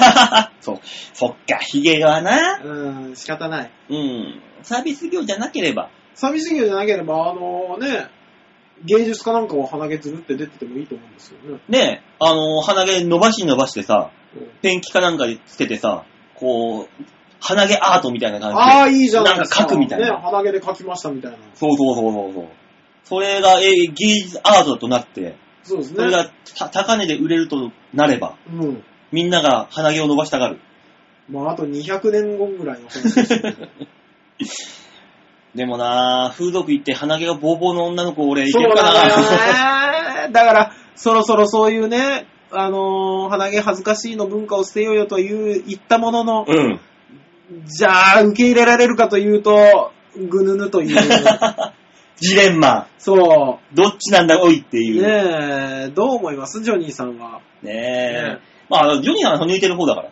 Speaker 2: そう。そっか、ヒゲはな。
Speaker 3: な。うん、仕方ない。
Speaker 2: うん。サービス業じゃなければ。
Speaker 3: サービス業じゃなければ、あのね、芸術家なんかを鼻毛つぶって出ててもいいと思うんですよね。
Speaker 2: ねえ、あの、鼻毛伸ばし伸ばしてさ、
Speaker 3: うん
Speaker 2: ペンキかなんかでつけてさ、こう、鼻毛アートみたいな感じで。
Speaker 3: ああ、いいじゃないですか。
Speaker 2: なんか書くみたいな
Speaker 3: ね、鼻毛で書きましたみたいな。
Speaker 2: そうそうそうそうそう。それが、えー芸術アートとなって、
Speaker 3: そうです
Speaker 2: それ
Speaker 3: ね。
Speaker 2: がた高値で売れるとなれば、
Speaker 3: うん。
Speaker 2: みんなが鼻毛を伸ばしたがる。
Speaker 3: まあ、あと200年後ぐらいの 話ですけど
Speaker 2: でもなぁ、風俗行って鼻毛がボーボーの女の子俺い
Speaker 3: そ
Speaker 2: け
Speaker 3: う
Speaker 2: るかな
Speaker 3: だね。だから、そろそろそういうね、あのー鼻毛恥ずかしいの文化を捨てようよという、言ったものの、
Speaker 2: うん。
Speaker 3: じゃあ、受け入れられるかというと、ぐぬぬ という。
Speaker 2: ジレンマ。
Speaker 3: そ
Speaker 2: どっちなんだおいって
Speaker 3: う。
Speaker 2: いう。ね
Speaker 3: ねえ、どう思いますジョニーさんは。
Speaker 2: え。
Speaker 3: ね
Speaker 2: まあ、ジョニーは抜いてる方だから。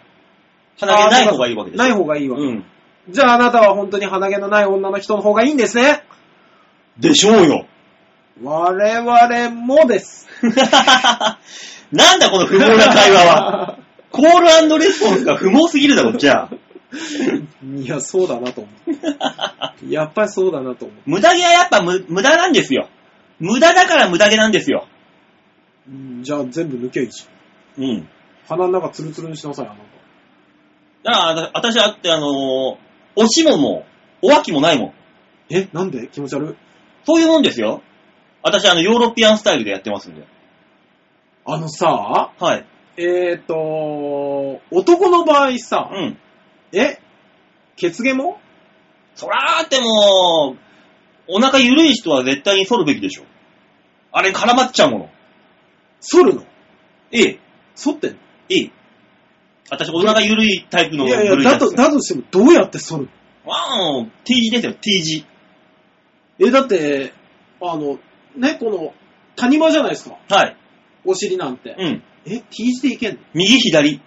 Speaker 2: 鼻毛ない方がいいわけでしょ。
Speaker 3: ない方がいいわ。
Speaker 2: うん。
Speaker 3: じゃああなたは本当に鼻毛のない女の人の方がいいんですね。
Speaker 2: でしょうよ。
Speaker 3: 我々もです。
Speaker 2: なんだこの不毛な会話 は。コールレスポンスが不毛すぎるだろ、じゃあ。
Speaker 3: いや、そうだなと 思う。やっぱりそうだなと思
Speaker 2: 無駄毛はやっぱ無無駄なんですよ。無駄だから無駄毛なんですよ。
Speaker 3: ううん。じゃあ全部抜けばいいし。
Speaker 2: うん。
Speaker 3: 鼻の中ツルツルにしなさい、あなた。
Speaker 2: だから、あた私はあって、あのー、おしもも、おわきもないもん。
Speaker 3: え、なんで気持ち悪い
Speaker 2: そういうもんですよ。私、あの、ヨーロピアンスタイルでやってますんで。
Speaker 3: あのさ、
Speaker 2: はい。
Speaker 3: えーと、男の場合さ、
Speaker 2: うん。
Speaker 3: え血毛も
Speaker 2: そらーってもう、お腹ゆるい人は絶対に剃るべきでしょ。あれ絡まっちゃうもの。
Speaker 3: 剃るの
Speaker 2: ええ、
Speaker 3: 剃ってん
Speaker 2: ええ。私、お腹ゆるいタイプの
Speaker 3: のいやいや、
Speaker 2: ゆるタ
Speaker 3: だ
Speaker 2: イプ
Speaker 3: と、
Speaker 2: ですよ
Speaker 3: だとしてもどうやって剃るの
Speaker 2: わーん、T 字ですよ、T 字。
Speaker 3: え、だって、あの、ね、この、谷間じゃないですか。
Speaker 2: はい。
Speaker 3: お尻なんて。
Speaker 2: うん。
Speaker 3: え、T 字でいけんの
Speaker 2: 右、左。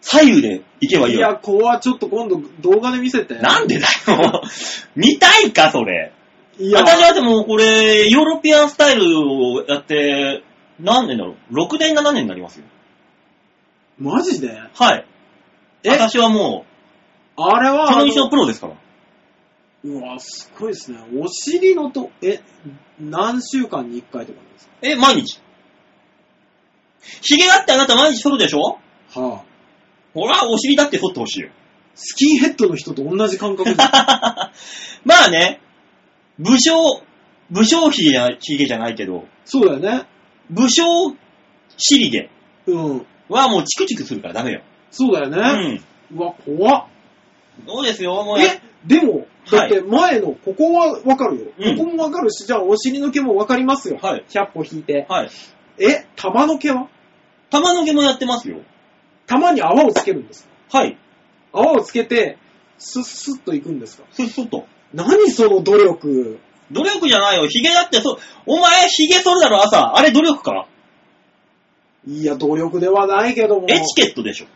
Speaker 2: 左右で行けばいい
Speaker 3: い
Speaker 2: よ。
Speaker 3: や、こうはちょっと今度動画で見せて。
Speaker 2: なんでだよ。 見たいか、それ。
Speaker 3: いや、
Speaker 2: 私はでも、これ、ヨーロピアンスタイルをやって、何年だろう ?6 年、7年になりますよ。
Speaker 3: マジで
Speaker 2: はい。
Speaker 3: え
Speaker 2: 私はも
Speaker 3: あれ
Speaker 2: う、
Speaker 3: は、
Speaker 2: その
Speaker 3: あ
Speaker 2: 道のプロですから。
Speaker 3: うわ、すごいですね。お尻のと、え、何週間に1回とかなんです
Speaker 2: え、毎日。髭だってあなた毎日剃るでしょ
Speaker 3: かはあ、
Speaker 2: ほら、お尻だって剃ってほしいよ。
Speaker 3: スキンヘッドの人と同じ感覚 で
Speaker 2: まあね、武将、武将髭じゃ髭じゃないけど、
Speaker 3: そうだよね。
Speaker 2: 武将尻毛
Speaker 3: うん。
Speaker 2: はもうチクチクするからダメよ。
Speaker 3: そうだよ
Speaker 2: う
Speaker 3: ね。
Speaker 2: ん。
Speaker 3: うわ、怖っ。
Speaker 2: そうですよ、もう。
Speaker 3: え、でも、だ
Speaker 2: は
Speaker 3: っ
Speaker 2: い
Speaker 3: て前の、ここはわかるよ。
Speaker 2: うん
Speaker 3: ここもわかるし、じゃあお尻の毛もわかりますよ。
Speaker 2: はい。
Speaker 3: 100歩引いて。
Speaker 2: はい。
Speaker 3: え、玉の毛は
Speaker 2: 玉の毛もやってますよ。
Speaker 3: 玉に泡をつけるんですか
Speaker 2: はい。
Speaker 3: 泡をつけて、スッスッといくんですか
Speaker 2: すっそっと。
Speaker 3: 何その努力。
Speaker 2: 努力じゃないよ。髭だってそ、お前髭剃るだろ、朝。あれ努力か
Speaker 3: いや、努力ではないけども。
Speaker 2: エチケットでしょ。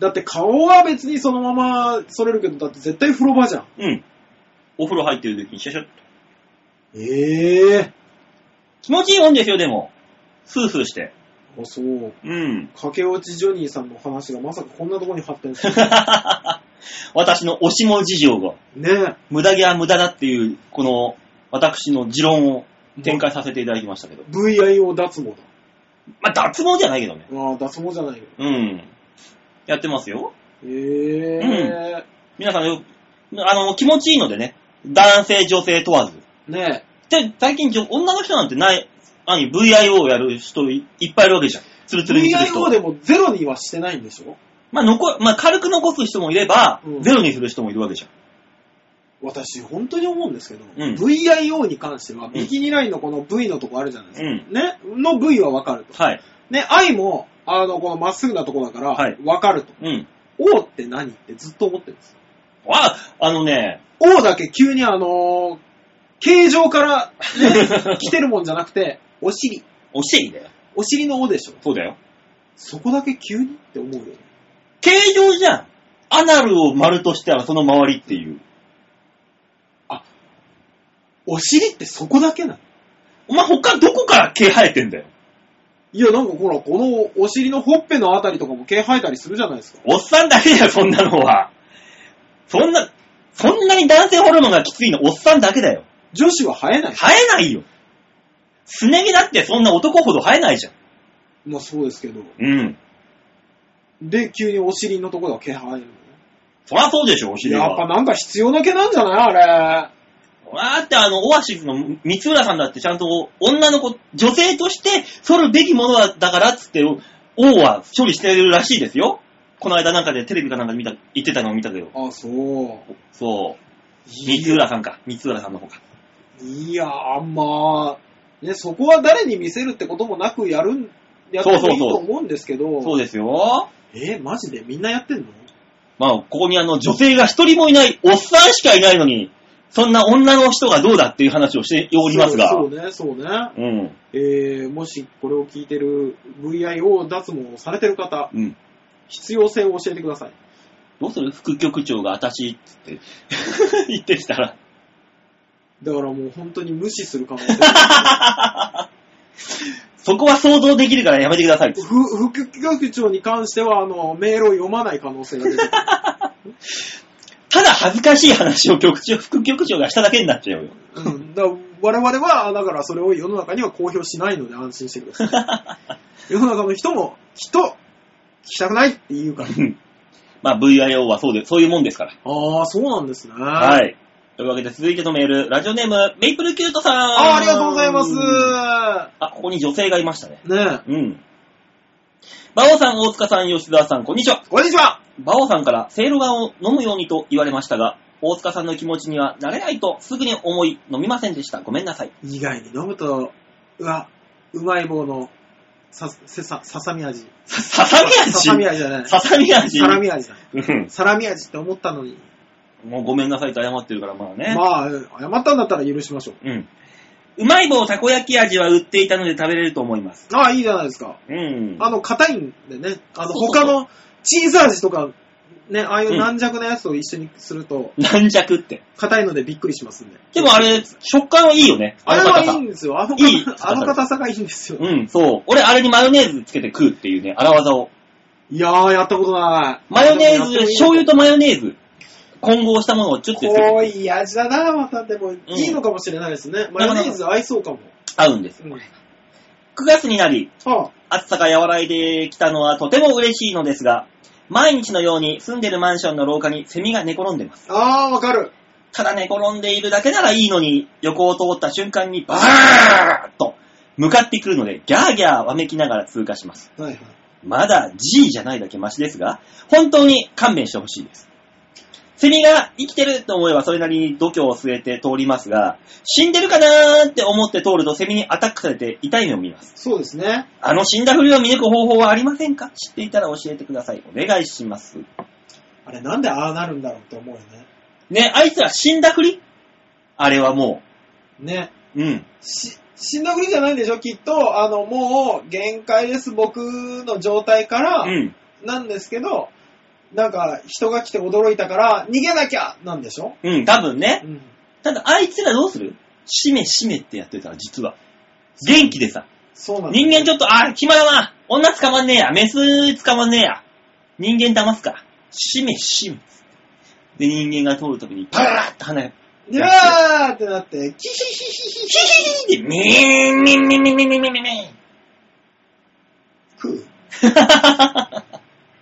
Speaker 3: だって顔は別にそのまま剃れるけど、だって絶対風呂場じゃん。
Speaker 2: うん。お風呂入ってる時にシャシャッと。
Speaker 3: ええ
Speaker 2: 気持ちいいもんですよ、でも。スースーして。
Speaker 3: あ、そう。
Speaker 2: うん。
Speaker 3: 駆け落ちジョニーさんの話がまさかこんなとこに発展する。
Speaker 2: 私の押しも事情が、
Speaker 3: ねえ。
Speaker 2: 無駄毛は無駄だっていう、この、私の持論を展開させていただきましたけど。
Speaker 3: VIO 脱毛だ。
Speaker 2: まあ、脱毛じゃないけどね。
Speaker 3: ああ、脱毛じゃないよ。
Speaker 2: うん。やってますよ。
Speaker 3: ええ
Speaker 2: 皆さんよ、あの、気持ちいいのでね。男性、女性問わず。
Speaker 3: ね
Speaker 2: で、最近、女の人なんてない、何、VIO をやる人いいっぱいいるわけじゃん。ツル
Speaker 3: え。
Speaker 2: ツルにする
Speaker 3: VIO
Speaker 2: 人。
Speaker 3: でもゼロにはしてないんでしょ
Speaker 2: まあ、残、まあ、軽く残す人もいれば、
Speaker 3: うん
Speaker 2: ゼロにする人もいるわけじゃん。
Speaker 3: 私、本当に思うんですけど、
Speaker 2: うん
Speaker 3: VIO に関しては、
Speaker 2: ん
Speaker 3: ビキニラインのこの V のとこあるじゃないですか。
Speaker 2: うん
Speaker 3: ねの V はわかると。
Speaker 2: はい。
Speaker 3: ね、I も、あの、このまっすぐなとこだから、わ、
Speaker 2: はい
Speaker 3: かると。
Speaker 2: うん。
Speaker 3: O って何ってずっと思ってるんですよ。
Speaker 2: あ、あの ね、
Speaker 3: O だけ急にあのー形状から、 ね、来てるもんじゃなくて、お尻。
Speaker 2: お尻だよ。
Speaker 3: お尻の O でしょ。
Speaker 2: そうだよ。
Speaker 3: そこだけ急にって思うよね。
Speaker 2: 形状じゃん。アナルを丸としたらその周りっていう。
Speaker 3: お尻ってそこだけなの
Speaker 2: お前他どこから毛生えてんだよ。
Speaker 3: いや、なんかほら、このお尻のほっぺのあたりとかも毛生えたりするじゃないですか。
Speaker 2: おっさんだけだよ、そんなのは。そんな、そんなに男性ホルモンがきついの、おっさんだけだよ。
Speaker 3: 女子は生えない。
Speaker 2: 生えないよ。すね毛だってそんな男ほど生えないじゃん。
Speaker 3: まあそうですけど。
Speaker 2: うん。
Speaker 3: で、急にお尻のところが毛生えるのね。
Speaker 2: そりゃそうでしょ、お尻
Speaker 3: やっぱ
Speaker 2: は。
Speaker 3: なんか必要な毛なんじゃないあれ。
Speaker 2: だってあの、オアシスの三浦さんだってちゃんと女の子、女性として剃るべきものだからっつって、王は処理してるらしいですよ。この間なんかでテレビかなんかで見た、言ってたのを見たけど。
Speaker 3: あ、そう。
Speaker 2: そう。三
Speaker 3: い
Speaker 2: 浦さんか。三浦さんの方か。
Speaker 3: いやー、まあ、ね、そこは誰に見せるってこともなくやるん、やっても
Speaker 2: そうそ
Speaker 3: いうい
Speaker 2: そう
Speaker 3: と思うんですけど。
Speaker 2: そうですよ。
Speaker 3: えーマジでみんなやってんの
Speaker 2: まあ、ここにあの、女性が一人もいない、おっさんしかいないのに、そんな女の人がどうだっていう話をしておりますが。
Speaker 3: そうそうね、そうね。
Speaker 2: うん。
Speaker 3: えー、もしこれを聞いてる VIO 脱毛をされてる方、
Speaker 2: うん。
Speaker 3: 必要性を教えてください。
Speaker 2: どうする副局長が私っつって、 言ってきたら。
Speaker 3: だからもう本当に無視する可能性。
Speaker 2: そこは想像できるからやめてくださいっつって。
Speaker 3: ふ副局長に関しては、あの、メールを読まない可能性が出てくる。
Speaker 2: ただ恥ずかしい話を局長、副局長がしただけになっちゃうよ。
Speaker 3: うん、だから我々は、だからそれを世の中には公表しないので安心してくださ い。世の中の人も、人、聞きたくないって言うから。
Speaker 2: まあ、VIO はそうで、そういうもんですから。
Speaker 3: ああ、そうなんですね。。
Speaker 2: はいい。というわけで続いてのメール、ラジオネーム、メイプルキュートさん。
Speaker 3: ああ、ありがとうございます。
Speaker 2: あ、ここに女性がいましたね。
Speaker 3: ねえ、
Speaker 2: うん。馬王さん、大塚さん、吉沢さん、こんにちは。
Speaker 3: こんにちは。
Speaker 2: 馬王さんからセイロガンを飲むようにと言われましたが、大塚さんの気持ちにはなれないとすぐに思い飲みませんでした。ごめんなさい。
Speaker 3: 意外に飲むと、うわ、うまい棒の、さ、せさ、ささみ味。
Speaker 2: ささみ味
Speaker 3: ささみ味じゃない。
Speaker 2: ささみ味
Speaker 3: サラミ味だ。
Speaker 2: うん
Speaker 3: サラミ味って思ったのに。
Speaker 2: もうごめんなさいと謝ってるから、まあね。
Speaker 3: まあ、謝ったんだったら許しましょう。
Speaker 2: うん。うまい棒たこ焼き味は売っていたので食べれると思います。
Speaker 3: ああ、いいじゃないですか。
Speaker 2: うん。
Speaker 3: あの、硬いんでね。あの、
Speaker 2: そうそうそう
Speaker 3: 他のチーズ味とか、ね、ああいううん軟弱なやつを一緒にすると、
Speaker 2: 軟弱って。
Speaker 3: 硬いのでびっくりしますんで。
Speaker 2: でもあれ、食感はいいよね。
Speaker 3: あれ
Speaker 2: の
Speaker 3: は
Speaker 2: 硬
Speaker 3: い
Speaker 2: さ
Speaker 3: いんですよ。あの、
Speaker 2: いい
Speaker 3: あの硬さがいいんですよ。
Speaker 2: うん、そう。俺、あれにマヨネーズつけて食うっていうね、荒技を。
Speaker 3: いやー、やったことない。
Speaker 2: マヨネー
Speaker 3: でも
Speaker 2: ズ、
Speaker 3: やってみよう
Speaker 2: 醤油とマヨネーズ、混合したものをチュッてする。
Speaker 3: 濃い味だな、また。でも、いいのかもしれないですね。マヨネーズ合いそうかも。
Speaker 2: 合うんです。
Speaker 3: うん、あ
Speaker 2: 9月になり、
Speaker 3: あ
Speaker 2: 暑さが和らいできたのはとても嬉しいのですが、毎日のように住んでるマンションの廊下にセミが寝転んでます。
Speaker 3: あー、わかる。
Speaker 2: ただ寝転んでいるだけならいいのに、横を通った瞬間にバーッと向かってくるので、ギャーギャーわめきながら通過します。
Speaker 3: はいはい。
Speaker 2: まだ G じゃないだけマシですが、本当に勘弁してほしいです。セミが生きてると思えばそれなりに度胸を据えて通りますが、死んでるかなーって思って通るとセミにアタックされて痛い目を見ます。
Speaker 3: そうですね。
Speaker 2: あの死んだふりを見抜く方法はありませんか知っていたら教えてください。お願いします。
Speaker 3: あれ、なんでああなるんだろうって思うよね。
Speaker 2: ね、あいつら死んだふりあれはも
Speaker 3: ね。
Speaker 2: う、うん。
Speaker 3: し、死んだふりじゃないんでしょきっと、あの、もう、限界です、僕の状態から、
Speaker 2: うん。
Speaker 3: なんですけど、なんか、人が来て驚いたから、逃げなきゃなんでしょ
Speaker 2: うん、多分ね。
Speaker 3: うん。
Speaker 2: ただ、あいつらどうするしめしめってやってたら、実は。元気でさ、
Speaker 3: そうなんだ
Speaker 2: 人間ちょっと、あ、暇だな。女捕まんねえや。メス捕まんねえや。人間騙すか。しめしめ。で、人間が通るときに、パラッと鼻が、
Speaker 3: いやーってなって、キヒヒヒヒヒ
Speaker 2: ヒヒヒで、ミーン、ミンミンミンミンミンミンミンミン。
Speaker 3: 食う。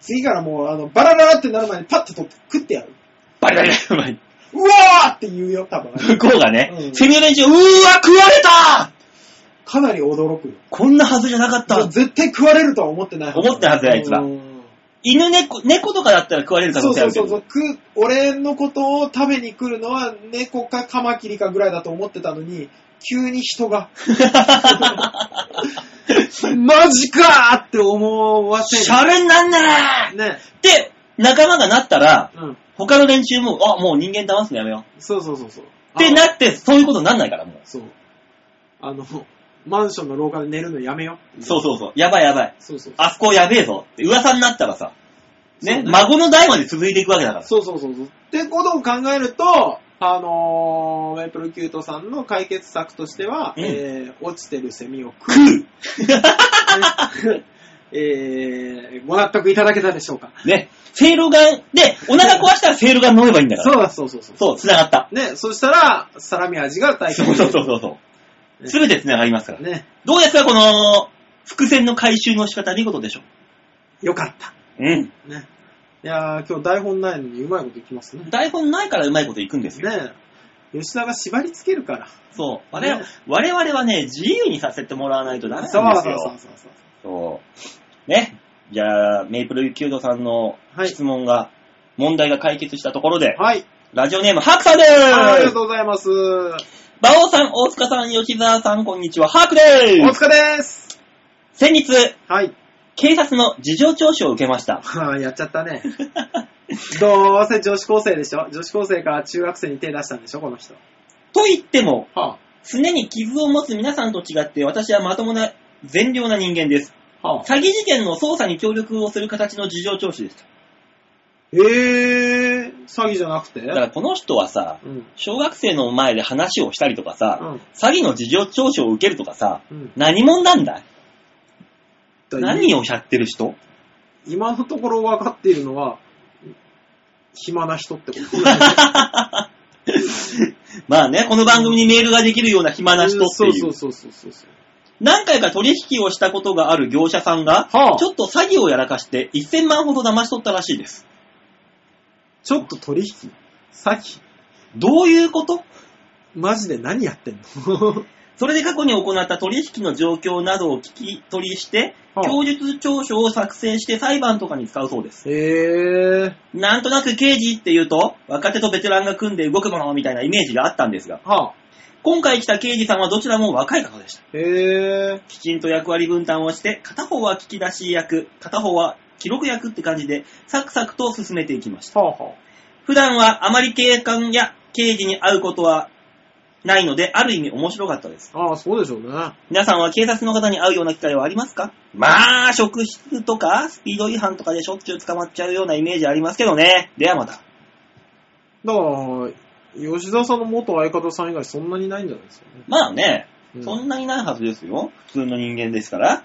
Speaker 3: 次からもう、あの、バラバラってなる前にパッと取って食ってやる。
Speaker 2: バリバリバリバリ。
Speaker 3: うわーって言うよ、多分。
Speaker 2: 向こうがね、
Speaker 3: うん
Speaker 2: セミの連中、うーわ、食われた
Speaker 3: かなり驚くよ。
Speaker 2: こんなはずじゃなかっ
Speaker 3: も
Speaker 2: た
Speaker 3: う。絶対食われるとは思ってない。
Speaker 2: 思ってないはずだあいつは
Speaker 3: うん
Speaker 2: 犬、猫、猫とかだったら食われる可
Speaker 3: そ
Speaker 2: 能
Speaker 3: う
Speaker 2: 性あ
Speaker 3: そう
Speaker 2: るけ
Speaker 3: そ
Speaker 2: ど。
Speaker 3: うそう。食う俺のことを食べに来るのは猫かカマキリかぐらいだと思ってたのに、急に人 が。マジかーって思わせ
Speaker 2: シャレになんね
Speaker 3: る。ね。
Speaker 2: えって、仲間がなったら、
Speaker 3: うん。
Speaker 2: 他の連中も、あ、もう人間騙すのやめよ
Speaker 3: そうそうそうそう。
Speaker 2: う。ってなって、そういうことになんないから、も
Speaker 3: あのそう。あの、マンションの廊下で寝るのやめよ
Speaker 2: う。そうそうそう。やばいやばい。
Speaker 3: そうそう。
Speaker 2: あそこやべえぞ。って噂になったらさ、ね、
Speaker 3: そうね
Speaker 2: 孫の代まで続いていくわけだから。
Speaker 3: そうそうそうそう。ってことを考えると、あのー、メープルキュートさんの解決策としては、
Speaker 2: うん
Speaker 3: えー落ちてるセミを食 う。えー、ご納得いただけたでしょうか。
Speaker 2: ね、セールガン、で、お腹壊したらセールガン飲めばいいんだから。
Speaker 3: そうだ、そうそうそう。
Speaker 2: そう、繋がった。
Speaker 3: ね、そしたら、サラミ味が大
Speaker 2: そうそうそうそうそう。
Speaker 3: ね
Speaker 2: すべて繋がりますから。
Speaker 3: ね、
Speaker 2: どうですか、この、伏線の回収の仕方見事でしょ。
Speaker 3: よかった。
Speaker 2: うん。
Speaker 3: ね。いやー、今日台本ないのにうまいこといきますね。
Speaker 2: 台本ないからうまいこといくんですよ。
Speaker 3: ね吉田が縛りつけるから。
Speaker 2: そう。我
Speaker 3: ね
Speaker 2: 々我々はね、自由にさせてもらわないとダメなんです
Speaker 3: そう
Speaker 2: よ。
Speaker 3: そうそうそうそう。
Speaker 2: そう。ね。じゃあ、メイプルキュードさんの
Speaker 3: はい
Speaker 2: 質問が、問題が解決したところで、
Speaker 3: はい。
Speaker 2: ラジオネーム、ハークさんで
Speaker 3: ありが
Speaker 2: ーす
Speaker 3: とうございます。お
Speaker 2: バオさん、大塚さん、吉沢さん、こんにちは、ハークでーす
Speaker 3: 疲れです。
Speaker 2: 先日、
Speaker 3: はい。
Speaker 2: 警察の事情聴取を受けました。
Speaker 3: はあ、やっちゃったね。 どうせ女子高生でしょ女子高生から中学生に手出したんでしょこの人。
Speaker 2: と言っても、
Speaker 3: は
Speaker 2: 常に傷を持つ皆さんと違って、私はまともな、善良な人間です。
Speaker 3: あ。はあ。
Speaker 2: 詐欺事件の捜査に協力をする形の事情聴取です。
Speaker 3: えー、詐欺じゃなくて
Speaker 2: だからこの人はさ、
Speaker 3: うん。
Speaker 2: 小学生の前で話をしたりとかさ、
Speaker 3: うん。
Speaker 2: 詐欺の事情聴取を受けるとかさ、
Speaker 3: うん。
Speaker 2: 何者なんだ何
Speaker 3: を
Speaker 2: をやってる人
Speaker 3: 今のところ分かっているのは、暇な人ってこと
Speaker 2: まあね、この番組にメールができるような暇な人っていう。
Speaker 3: そうそうそうそうそうそう。
Speaker 2: 何回か取引をしたことがある業者さんが、
Speaker 3: はあ
Speaker 2: ちょっと詐欺をやらかして1000万ほど騙し取ったらしいです。
Speaker 3: ちょっと取引詐欺
Speaker 2: どういうこと
Speaker 3: マジで何やってん の
Speaker 2: それで過去に行った取引の状況などを聞き取りして、
Speaker 3: はあ
Speaker 2: 供述調書を作成して裁判とかに使うそうです。
Speaker 3: へえ。
Speaker 2: なんとなく刑事っていうと、若手とベテランが組んで動くものみたいなイメージがあったんですが、
Speaker 3: はあ。
Speaker 2: 今回来た刑事さんはどちらも若い方でした。
Speaker 3: へえ。
Speaker 2: きちんと役割分担をして、片方は聞き出し役、片方は記録役って感じで、サクサクと進めていきました。
Speaker 3: はあは
Speaker 2: 普段はあまり警官や刑事に会うことはないので、ある意味面白かったです。
Speaker 3: あ。ああ、そうでしょうね。
Speaker 2: 皆さんは警察の方に会うような機会はありますかまあ、職質とか、スピード違反とかでしょっちゅう捕まっちゃうようなイメージありますけどね。ではまた。
Speaker 3: だから、吉田さんの元相方さん以外そんなにないんじゃないですかね。
Speaker 2: まあね、
Speaker 3: うん
Speaker 2: そんなにないはずですよ。普通の人間ですから。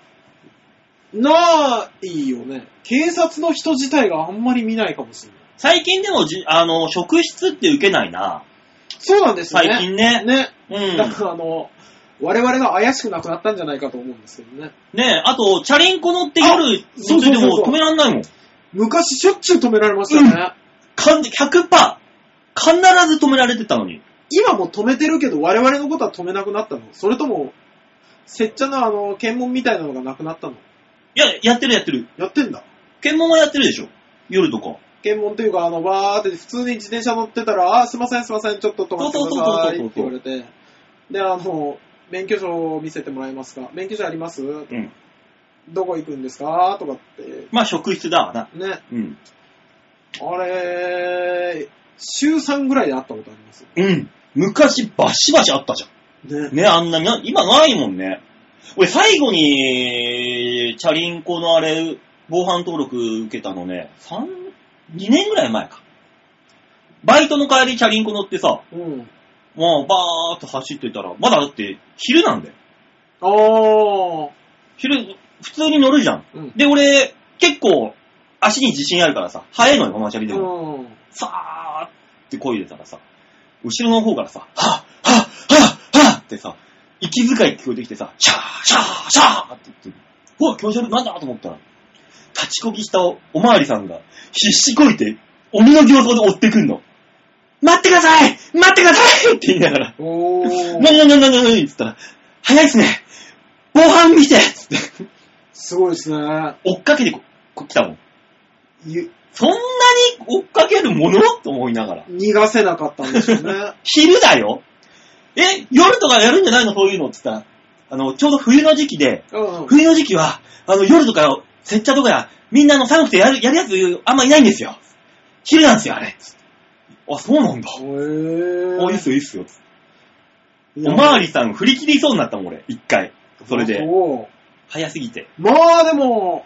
Speaker 3: ないよね。警察の人自体があんまり見ないかもしれない。
Speaker 2: 最近でもじ、あの、職質って受けないな。
Speaker 3: そうなんですよね。
Speaker 2: 最近ね。
Speaker 3: ね。
Speaker 2: うん。
Speaker 3: だからあの、我々が怪しくなくなったんじゃないかと思うんですけどね。
Speaker 2: ねえ、あと、チャリンコ乗って夜、
Speaker 3: あそう
Speaker 2: 途中
Speaker 3: そう
Speaker 2: で
Speaker 3: そうそう
Speaker 2: も止めらんないもん。
Speaker 3: 昔しょっちゅう止められましたよね。
Speaker 2: 完全、100%! 必ず止められてたのに。
Speaker 3: 今も止めてるけど、我々のことは止めなくなったのそれとも、拙者のあの、検問みたいなのがなくなったの
Speaker 2: いや、やってるやってる。
Speaker 3: やってんだ。
Speaker 2: 検問はやってるでしょ。夜とか。
Speaker 3: 検問というか、あの、バーって普通に自転車乗ってたら、あー、すいません、すいません、ちょっと止まってくださいって言われて、で、あの、免許証を見せてもらえますか免許証あります
Speaker 2: うん。
Speaker 3: どこ行くんですかとかって、
Speaker 2: まあ、職質だわな。
Speaker 3: ね、
Speaker 2: うん。
Speaker 3: あれ、週3ぐらいで会ったことあります
Speaker 2: うん。昔、バシバシあったじゃ
Speaker 3: ね
Speaker 2: ん。。ね、あんなにな、今ないもんね。俺、最後に、チャリンコのあれ、防犯登録受けたのね、3、2年ぐらい前か。バイトの帰りチャリンコ乗ってさ、
Speaker 3: うん。
Speaker 2: もうバーっと走ってたら、まだだって昼なんだよ。
Speaker 3: あー、
Speaker 2: 昼、普通に乗るじゃん。
Speaker 3: うん。
Speaker 2: で、俺、結構、足に自信あるからさ、速いのよ、ママチャリでも。
Speaker 3: うん。
Speaker 2: さーって声出たらさ、後ろの方からさ、はっはっはっはっってさ、息遣い聞こえてきてさ、シャーシャーシャーって言って、うわ、気持ち悪い、なんだと思ったら、立ちこぎしたおおまわりさんが、必死こいて、鬼の形相で追ってくんの。待ってください待ってくださいって言いながら、
Speaker 3: おー。
Speaker 2: なになになになにって言ったら、早いっすね防犯見てつって、
Speaker 3: すごいですね。
Speaker 2: 追っかけてここ来たもん。
Speaker 3: ゆ
Speaker 2: そんなに追っかけるものと思いながら。
Speaker 3: 逃がせなかったんでしょ うね。
Speaker 2: 昼だよえ、夜とかやるんじゃないのそういうのって言ったら、あの、ちょうど冬の時期で、
Speaker 3: うん
Speaker 2: 冬の時期は、あの、夜とか、拙者とかや、みんなあの寒くてやる、やるやつあんまいないんですよ。昼なんですよ、あれ。あ、そうなんだ。
Speaker 3: へ
Speaker 2: お、いいっすよ、いいっすよ。おま
Speaker 3: ま
Speaker 2: わりさん振り切りそうになったもん、俺。一回。それで。
Speaker 3: そう
Speaker 2: 早すぎて。
Speaker 3: まあでも、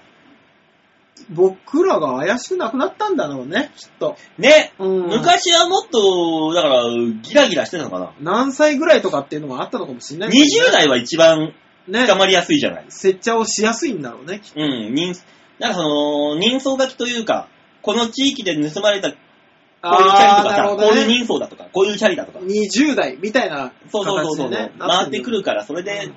Speaker 3: 僕らが怪しくなくなったんだろうね、きっと。
Speaker 2: ね、
Speaker 3: うん
Speaker 2: 昔はもっと、だから、ギラギラしてたのかな。
Speaker 3: 何歳ぐらいとかっていうのがあったのかもしれないけど
Speaker 2: 20代は一番
Speaker 3: ね。
Speaker 2: 捕
Speaker 3: ね。
Speaker 2: まりやすいじゃないです
Speaker 3: 接着をしやすいんだろうね、きっ
Speaker 2: か。うん、人、だからその、人相書きというか、この地域で盗まれたこう
Speaker 3: と。
Speaker 2: いうチャリとか
Speaker 3: なる
Speaker 2: さ、
Speaker 3: ほ
Speaker 2: こう
Speaker 3: ど
Speaker 2: いう
Speaker 3: ね。
Speaker 2: 人相だとか、こういうチャリだとか、
Speaker 3: 20代みたいな
Speaker 2: そうそうそうそ
Speaker 3: 形
Speaker 2: う、
Speaker 3: でね。
Speaker 2: 回ってくるから、それ
Speaker 3: う
Speaker 2: で
Speaker 3: ん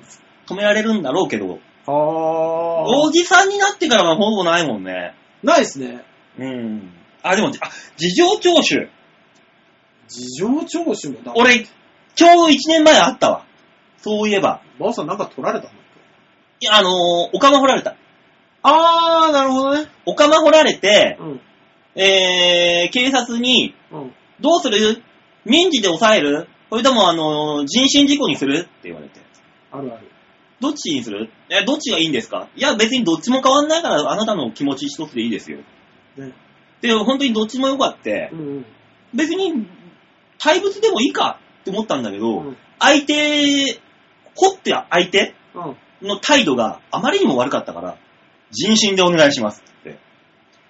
Speaker 2: 止められるんだろうけど、
Speaker 3: は
Speaker 2: おじさんになってからはほぼないもんね。
Speaker 3: あ。ないですね。
Speaker 2: うん。あ、でも、あ、事情聴取。
Speaker 3: 事情聴取もだ。
Speaker 2: 俺、ちょうど1年前あったわ。そういえば。
Speaker 3: ばあさんなんか取られたの
Speaker 2: いや、あのー、おかま掘られた。
Speaker 3: あー、なるほどね。
Speaker 2: おかま掘られて、
Speaker 3: うん。
Speaker 2: えー、警察に、
Speaker 3: うん。
Speaker 2: どうする民事で抑えるそれとも、あのー、人身事故にするって言われて。
Speaker 3: あるある。
Speaker 2: どっちにするえ、どっちがいいんですかいや、別にどっちも変わんないから、あなたの気持ち一つでいいですよ。
Speaker 3: ね。
Speaker 2: で、本当にどっちも良かって
Speaker 3: う、ん
Speaker 2: 別に、対物でもいいかって思ったんだけ
Speaker 3: う
Speaker 2: ど、
Speaker 3: ん。うん。
Speaker 2: 相手、掘って相手
Speaker 3: うん。
Speaker 2: の態度があまりにも悪かったから、人身でお願いしますって。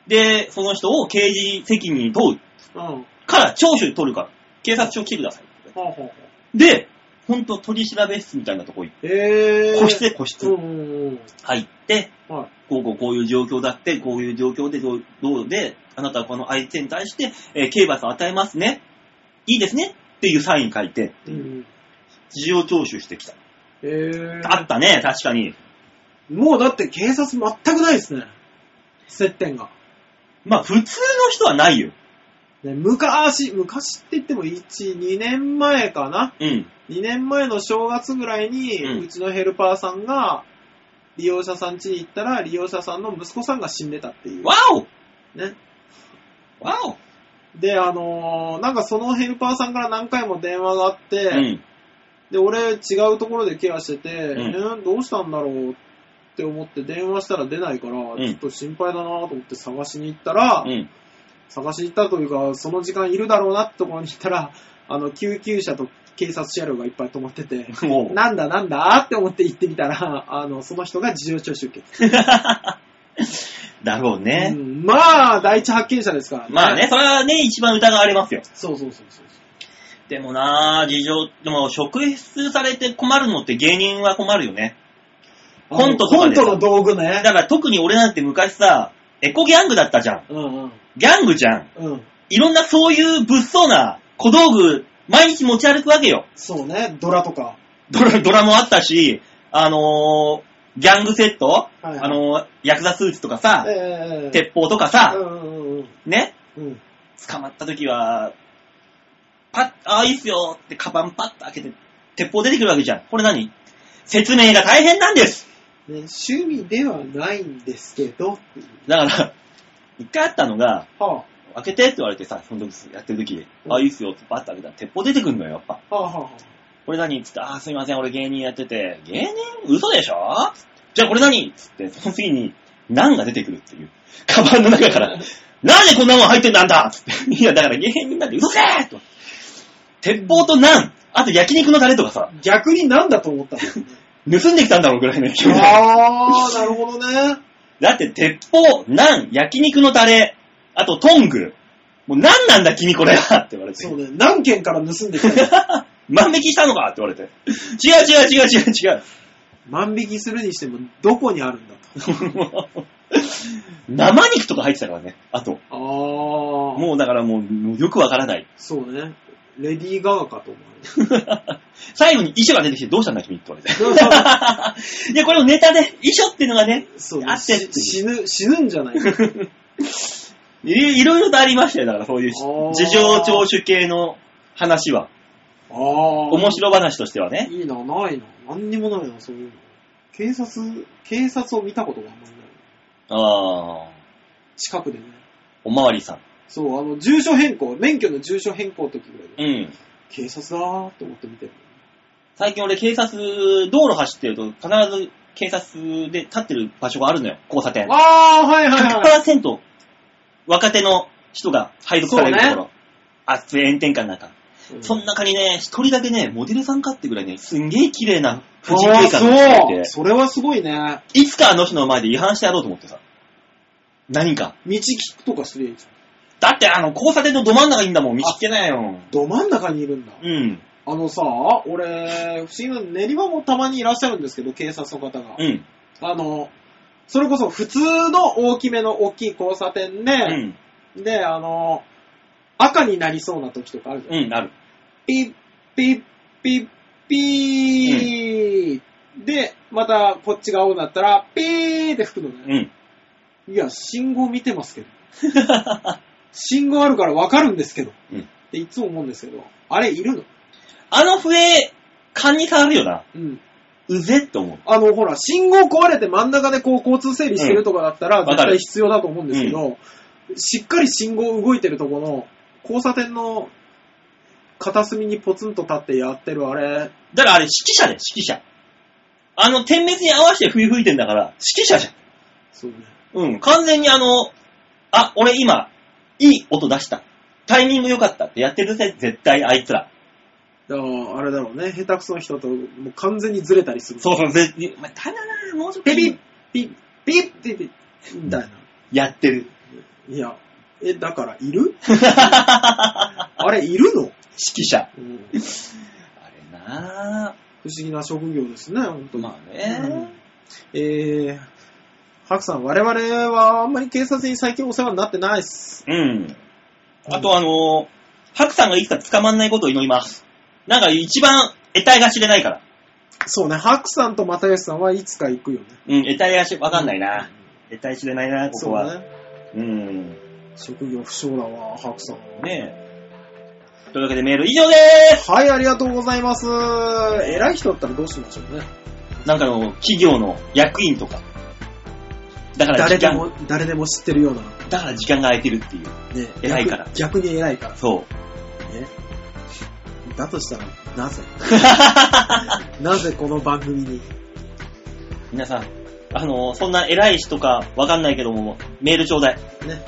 Speaker 2: で、その人を刑事責任に問う
Speaker 3: うん。
Speaker 2: から聴取取るから、警察署来てくださいって。
Speaker 3: ほうほうほう。
Speaker 2: で、ほんと取り調べ室みたいなとこ行って、
Speaker 3: えー。
Speaker 2: 個室で個
Speaker 3: うん
Speaker 2: 室
Speaker 3: うんうん。
Speaker 2: 入って、
Speaker 3: はい。
Speaker 2: こうこうこういう状況だって、こういう状況でどうどうで、あなたはこの相手に対して、えー刑罰を与えますね。いいですねっていうサイン書いて、
Speaker 3: うん。
Speaker 2: 事情聴取してきた。
Speaker 3: えー。
Speaker 2: あったね、確かに。
Speaker 3: もうだって警察全くないですね。接点が。
Speaker 2: まあ普通の人はないよ。
Speaker 3: ね、昔、昔って言っても1、2年前かな。
Speaker 2: うん。
Speaker 3: 2年前の正月ぐらいに、
Speaker 2: う
Speaker 3: うんちのヘルパーさんが、利用者さん家に行ったら、利用者さんの息子さんが死んでたっていう。
Speaker 2: わお
Speaker 3: ね。
Speaker 2: わお
Speaker 3: で、あのーなんかそのヘルパーさんから何回も電話があって、
Speaker 2: うん。
Speaker 3: で、俺違うところでケアしてて、
Speaker 2: う
Speaker 3: えどうしたんだろうって思って電話したら出ないから、
Speaker 2: ん
Speaker 3: ちょっと心配だなと思って探しに行ったら、
Speaker 2: うん。
Speaker 3: 探しに行ったというか、その時間いるだろうなってところに行ったら、 あの、救急車と警察車両がいっぱい止まってて、
Speaker 2: もう。
Speaker 3: なんだなんだって思って行ってみたら、 あの、その人が事情聴取受けて。
Speaker 2: だろうね
Speaker 3: う。んまあ、第一発見者ですからね。
Speaker 2: まあね、。それはね、一番疑われますよ。
Speaker 3: そうそうそうそう。
Speaker 2: でもなぁ、事情、でも、職質されて困るのって芸人は困るよね。コントと
Speaker 3: コ
Speaker 2: か
Speaker 3: ン
Speaker 2: でさ
Speaker 3: トの道具
Speaker 2: だ
Speaker 3: ね。
Speaker 2: から特に俺なんて昔さ、エコギャングだったじゃん。
Speaker 3: うんうん。
Speaker 2: ギャングじゃん。
Speaker 3: うん。
Speaker 2: いろんなそういう物騒な小道具、毎日持ち歩くわけよ。
Speaker 3: そうね、ドラとか。
Speaker 2: ドラ、ドラもあったし、あのー、ギャングセット、
Speaker 3: いはい
Speaker 2: あのー、ヤクザスーツとかさ、
Speaker 3: ええ
Speaker 2: 鉄砲とか
Speaker 3: う
Speaker 2: さ、
Speaker 3: んうんうん
Speaker 2: ね、
Speaker 3: うん。
Speaker 2: 捕まった時は、パッ、ああ、いいっすよってカバンパッと開けて、鉄砲出てくるわけじゃん。これ何説明が大変なんです
Speaker 3: ね、趣味ではないんですけど、っていう
Speaker 2: だから、一回あったのが、
Speaker 3: は
Speaker 2: 開けてって言われてさ、その時やってる時、ああ、いいっすよってパッと開けたら鉄砲出てくんのよ、やっぱ。
Speaker 3: あ、はあはあはあ。
Speaker 2: これ何つって、ああ、すいません、俺芸人やってて、芸人嘘でしょじゃあこれ何つって、その次に、何が出てくるっていう。カバンの中から、なんでこんなもん入ってたんだつって。いや、だから芸人なんて嘘せーと。鉄砲と何あと焼肉のタレとかさ、
Speaker 3: 逆になんだと思ったの
Speaker 2: 盗んできたんだろうぐらいの勢いで。
Speaker 3: ああ、なるほどね。
Speaker 2: だって、鉄砲、ナン、焼肉のタレ、あとトング。もう何なんだ君これはって言われて。
Speaker 3: そうね。何件から盗んできたの
Speaker 2: 万引きしたのかって言われて。違う違う違う違う違う。
Speaker 3: 万引きするにしても、どこにあるんだと。
Speaker 2: 生肉とか入ってたからね、あと。
Speaker 3: ああ、もう、
Speaker 2: もうだからもうもうよくわからない。
Speaker 3: そうね。レディー・ガガかと思う。
Speaker 2: 最後に遺書が出てきてどうしたんだ君って言わ れ て。いや、これもネタで、遺書っていうのがね、
Speaker 3: そう
Speaker 2: あ
Speaker 3: ね。
Speaker 2: って
Speaker 3: し死ぬ、死ぬんじゃ ないか。
Speaker 2: いいろいろとありましたよ、だからそういう
Speaker 3: あー
Speaker 2: 事情聴取系の話は。
Speaker 3: ああ。面
Speaker 2: 面白話としてはね。
Speaker 3: い。いいな、ないな。何にもないな、そういうの。警察、警察を見たことがあんまりない。
Speaker 2: あー、
Speaker 3: 近くでね。
Speaker 2: おまわりさん。
Speaker 3: そう、あの、住所変更、免許の住所変更の時ぐらいで、
Speaker 2: うん。
Speaker 3: 警察だーって思って見てる。
Speaker 2: 最近俺警察、道路走ってると必ず警察で立ってる場所があるのよ、交差点。
Speaker 3: ああ、はいはいはい。
Speaker 2: 100%若手の人が配属されるとこ
Speaker 3: そう
Speaker 2: ろ。熱い炎天下の中。 その中にね、一人だけね、モデルさんかってぐらいね、すんげえ綺麗な婦人警官が
Speaker 3: あ
Speaker 2: い
Speaker 3: ーそう
Speaker 2: て、
Speaker 3: それはすごいね。
Speaker 2: いつかあの人の前で違反してやろうと思ってさ。何か。
Speaker 3: 道聞くとかすりゃいいじゃん。
Speaker 2: だってあの、交差点のど真ん中にいんだもん、道聞けないよ。
Speaker 3: ど真ん中にいるんだ。
Speaker 2: うん。
Speaker 3: あのさ、俺、不思議な、練馬もたまにいらっしゃるんですけど、警察の方が。
Speaker 2: うん。
Speaker 3: あの、それこそ普通の大きめの大きい交差点
Speaker 2: う
Speaker 3: で、
Speaker 2: ん。
Speaker 3: で、あの、赤になりそうな時とかあるじゃん。
Speaker 2: うん、ある。
Speaker 3: ピッピッピッピー、で、またこっちが青になったら、ピーって吹くの
Speaker 2: う
Speaker 3: ね。
Speaker 2: ん。
Speaker 3: いや、信号見てますけど。 信号あるからわかるんですけど。
Speaker 2: うん
Speaker 3: っていつも思うんですけど、あれいるの
Speaker 2: あの笛、勘に触るよな。
Speaker 3: うん。
Speaker 2: うぜって思う。
Speaker 3: あの、ほら、信号壊れて真ん中でこう交通整理してるとかだったら、
Speaker 2: ん
Speaker 3: 絶対必要だと思うんですけど、しっかり信号動いてるとこの、交差点の片隅にポツンと立ってやってるあれ、
Speaker 2: だからあれ、指揮者だよ、指揮者。あの、点滅に合わせて笛吹いてんだから、指揮者じゃん。
Speaker 3: そうね。
Speaker 2: うん、完全にあの、あ、俺今、いい音出した。タイミング良かったってやってるぜ、絶対あいつら。
Speaker 3: だから、あれだろうね、下手くその人ともう完全にずれたりする。
Speaker 2: そうそう、ぜ、お前、ただな、もうちょっと。
Speaker 3: ピピッ、ピッ、ピッ、ピッ、ピッ、みたいな。
Speaker 2: やってる。
Speaker 3: いや、え、だから、い るあれ、いるの、
Speaker 2: 指揮者。
Speaker 3: うん
Speaker 2: あれな
Speaker 3: 不思議な職業ですね、本当
Speaker 2: ぁ。
Speaker 3: に。
Speaker 2: まあ
Speaker 3: うん
Speaker 2: ね、
Speaker 3: えー、ハクさん、我々はあんまり警察に最近お世話になってないっす。
Speaker 2: うん。あとあのー、ハクさんがいつか捕まんないことを祈ります。なんか一番、得体が知れないから。
Speaker 3: そうね、ハクさんと又吉さんはいつか行くよね。
Speaker 2: うん、得体がし、わかんないな。得体知れないな、ここ
Speaker 3: そう
Speaker 2: は。
Speaker 3: ね。
Speaker 2: うん。
Speaker 3: 職業不詳だわ、ハクさんは。
Speaker 2: ねえ。というわけでメール以上でーす
Speaker 3: はい、ありがとうございます。偉い人だったらどうしましょうね。
Speaker 2: なんかの、企業の役員とか。だから
Speaker 3: 誰
Speaker 2: 時
Speaker 3: で
Speaker 2: 間、
Speaker 3: も、誰でも知ってるような、
Speaker 2: だから時間が空いてるっていう。
Speaker 3: ね、
Speaker 2: 偉いから
Speaker 3: 逆。逆に偉いから。
Speaker 2: そう。
Speaker 3: ね。だとしたら、なぜなぜこの番組に。
Speaker 2: 皆さん、あの、そんな偉い人かわかんないけども、メールちょうだい。
Speaker 3: ね。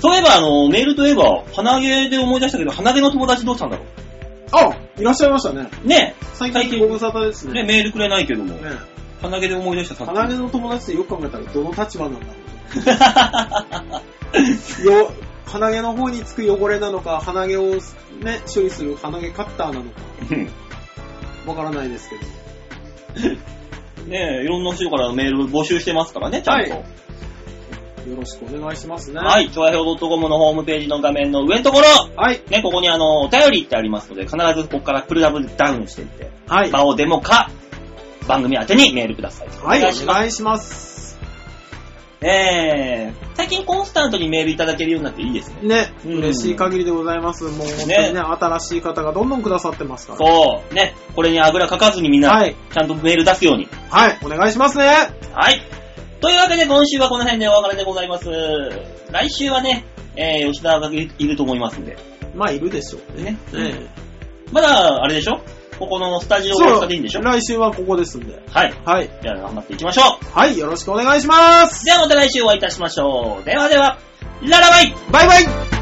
Speaker 2: そういえば、あの、メールといえば、鼻毛で思い出したけど、鼻毛の友達どうしたんだろ
Speaker 3: あいらっしゃいましたね。
Speaker 2: うね
Speaker 3: 最
Speaker 2: 最
Speaker 3: 近
Speaker 2: 近
Speaker 3: ご無沙汰です
Speaker 2: え、
Speaker 3: ね。
Speaker 2: ね
Speaker 3: ね
Speaker 2: メールくれないけども、鼻毛で思い出 したさ
Speaker 3: 鼻毛の友達ってよく考えたらどの立場なんだろうと。よ鼻毛の方につく汚れなのか、鼻毛をね、処理する鼻毛カッターなのか、わからないですけど。
Speaker 2: ねえ、いろんな人からメール募集してますからね、ちゃんと。
Speaker 3: はいよろしくお願いしますね。。
Speaker 2: はいい、ちょわひょう .com のホームページの画面の上のところ、
Speaker 3: はい。
Speaker 2: ね、ここにあの、お便りってありますので、必ずここからプルダブルダウンしていって、
Speaker 3: はい。
Speaker 2: 場をデモか、番組宛てにメールください。
Speaker 3: はい、
Speaker 2: お願いし
Speaker 3: お
Speaker 2: ます。
Speaker 3: 願いします。
Speaker 2: えー、最近コンスタントにメールいただけるようになっていいですね。
Speaker 3: ね、
Speaker 2: うん
Speaker 3: 嬉しい限りでございます。もう本当にね、
Speaker 2: ね
Speaker 3: 新しい方がどんどんくださってますから。
Speaker 2: そう、ね、これにあぐらかかずにみんな、
Speaker 3: はい
Speaker 2: ちゃんとメール出すように。
Speaker 3: はい、お願いしますね。
Speaker 2: はい。というわけで今週はこの辺でお別れでございます。来週はね、えー、吉田がいると思いますんで。
Speaker 3: まあ、いるでしょうね。
Speaker 2: ね。
Speaker 3: ええ
Speaker 2: まだ、あれでしょここのスタジオ大阪でいいんでしょ
Speaker 3: 来週はここですんで。
Speaker 2: はい。
Speaker 3: はい。
Speaker 2: じゃあ頑張っていきましょう
Speaker 3: はい、よろしくお願いします。
Speaker 2: ではまた来週お会いいたしましょう。ではでは、ララバイ
Speaker 3: バイバイ